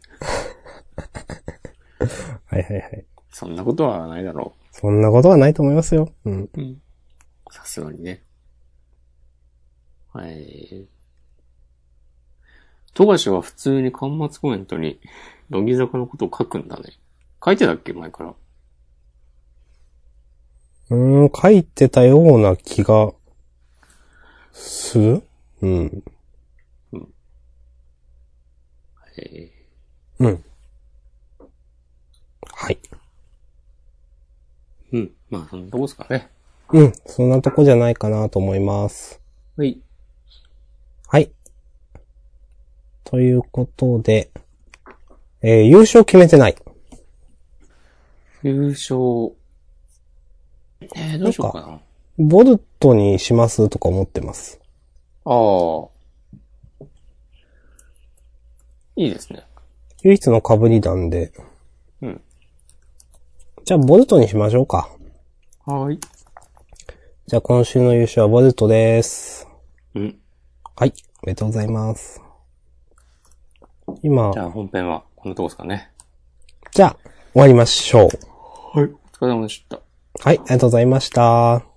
[SPEAKER 2] はいはいはい。
[SPEAKER 1] そんなことはないだろ
[SPEAKER 2] そんなことはないと思いますよ。うん。
[SPEAKER 1] う。うん。さすがにね。はい。富樫は普通に端末コメントに、乃木坂のことを書くんだね。書いてたっけ前から。
[SPEAKER 2] うーん、書いてたような気が、するうん。
[SPEAKER 1] え
[SPEAKER 2] うん。はい。
[SPEAKER 1] ーうん。まあ、そんなとこですかね。
[SPEAKER 2] うん。そんなとこじゃないかなと思います。
[SPEAKER 1] はい。
[SPEAKER 2] はい。ということで、えー優勝決めてない。
[SPEAKER 1] 優勝。えー、どうしようかな。あ
[SPEAKER 2] ボルトにしますとか思ってます。
[SPEAKER 1] あ。いいですね。
[SPEAKER 2] 唯一の被りなんで。
[SPEAKER 1] うん。
[SPEAKER 2] じゃあ、ボルトにしましょうか。
[SPEAKER 1] はい。
[SPEAKER 2] じゃあ、今週の優勝はボルトです。
[SPEAKER 1] うん。
[SPEAKER 2] はい。おめでとうございます。今
[SPEAKER 1] じ、ゃあ本編はこんなとこですかね。
[SPEAKER 2] じゃあ、終わりましょう。
[SPEAKER 1] はい。お疲れ様でした。
[SPEAKER 2] はい、ありがとうございました。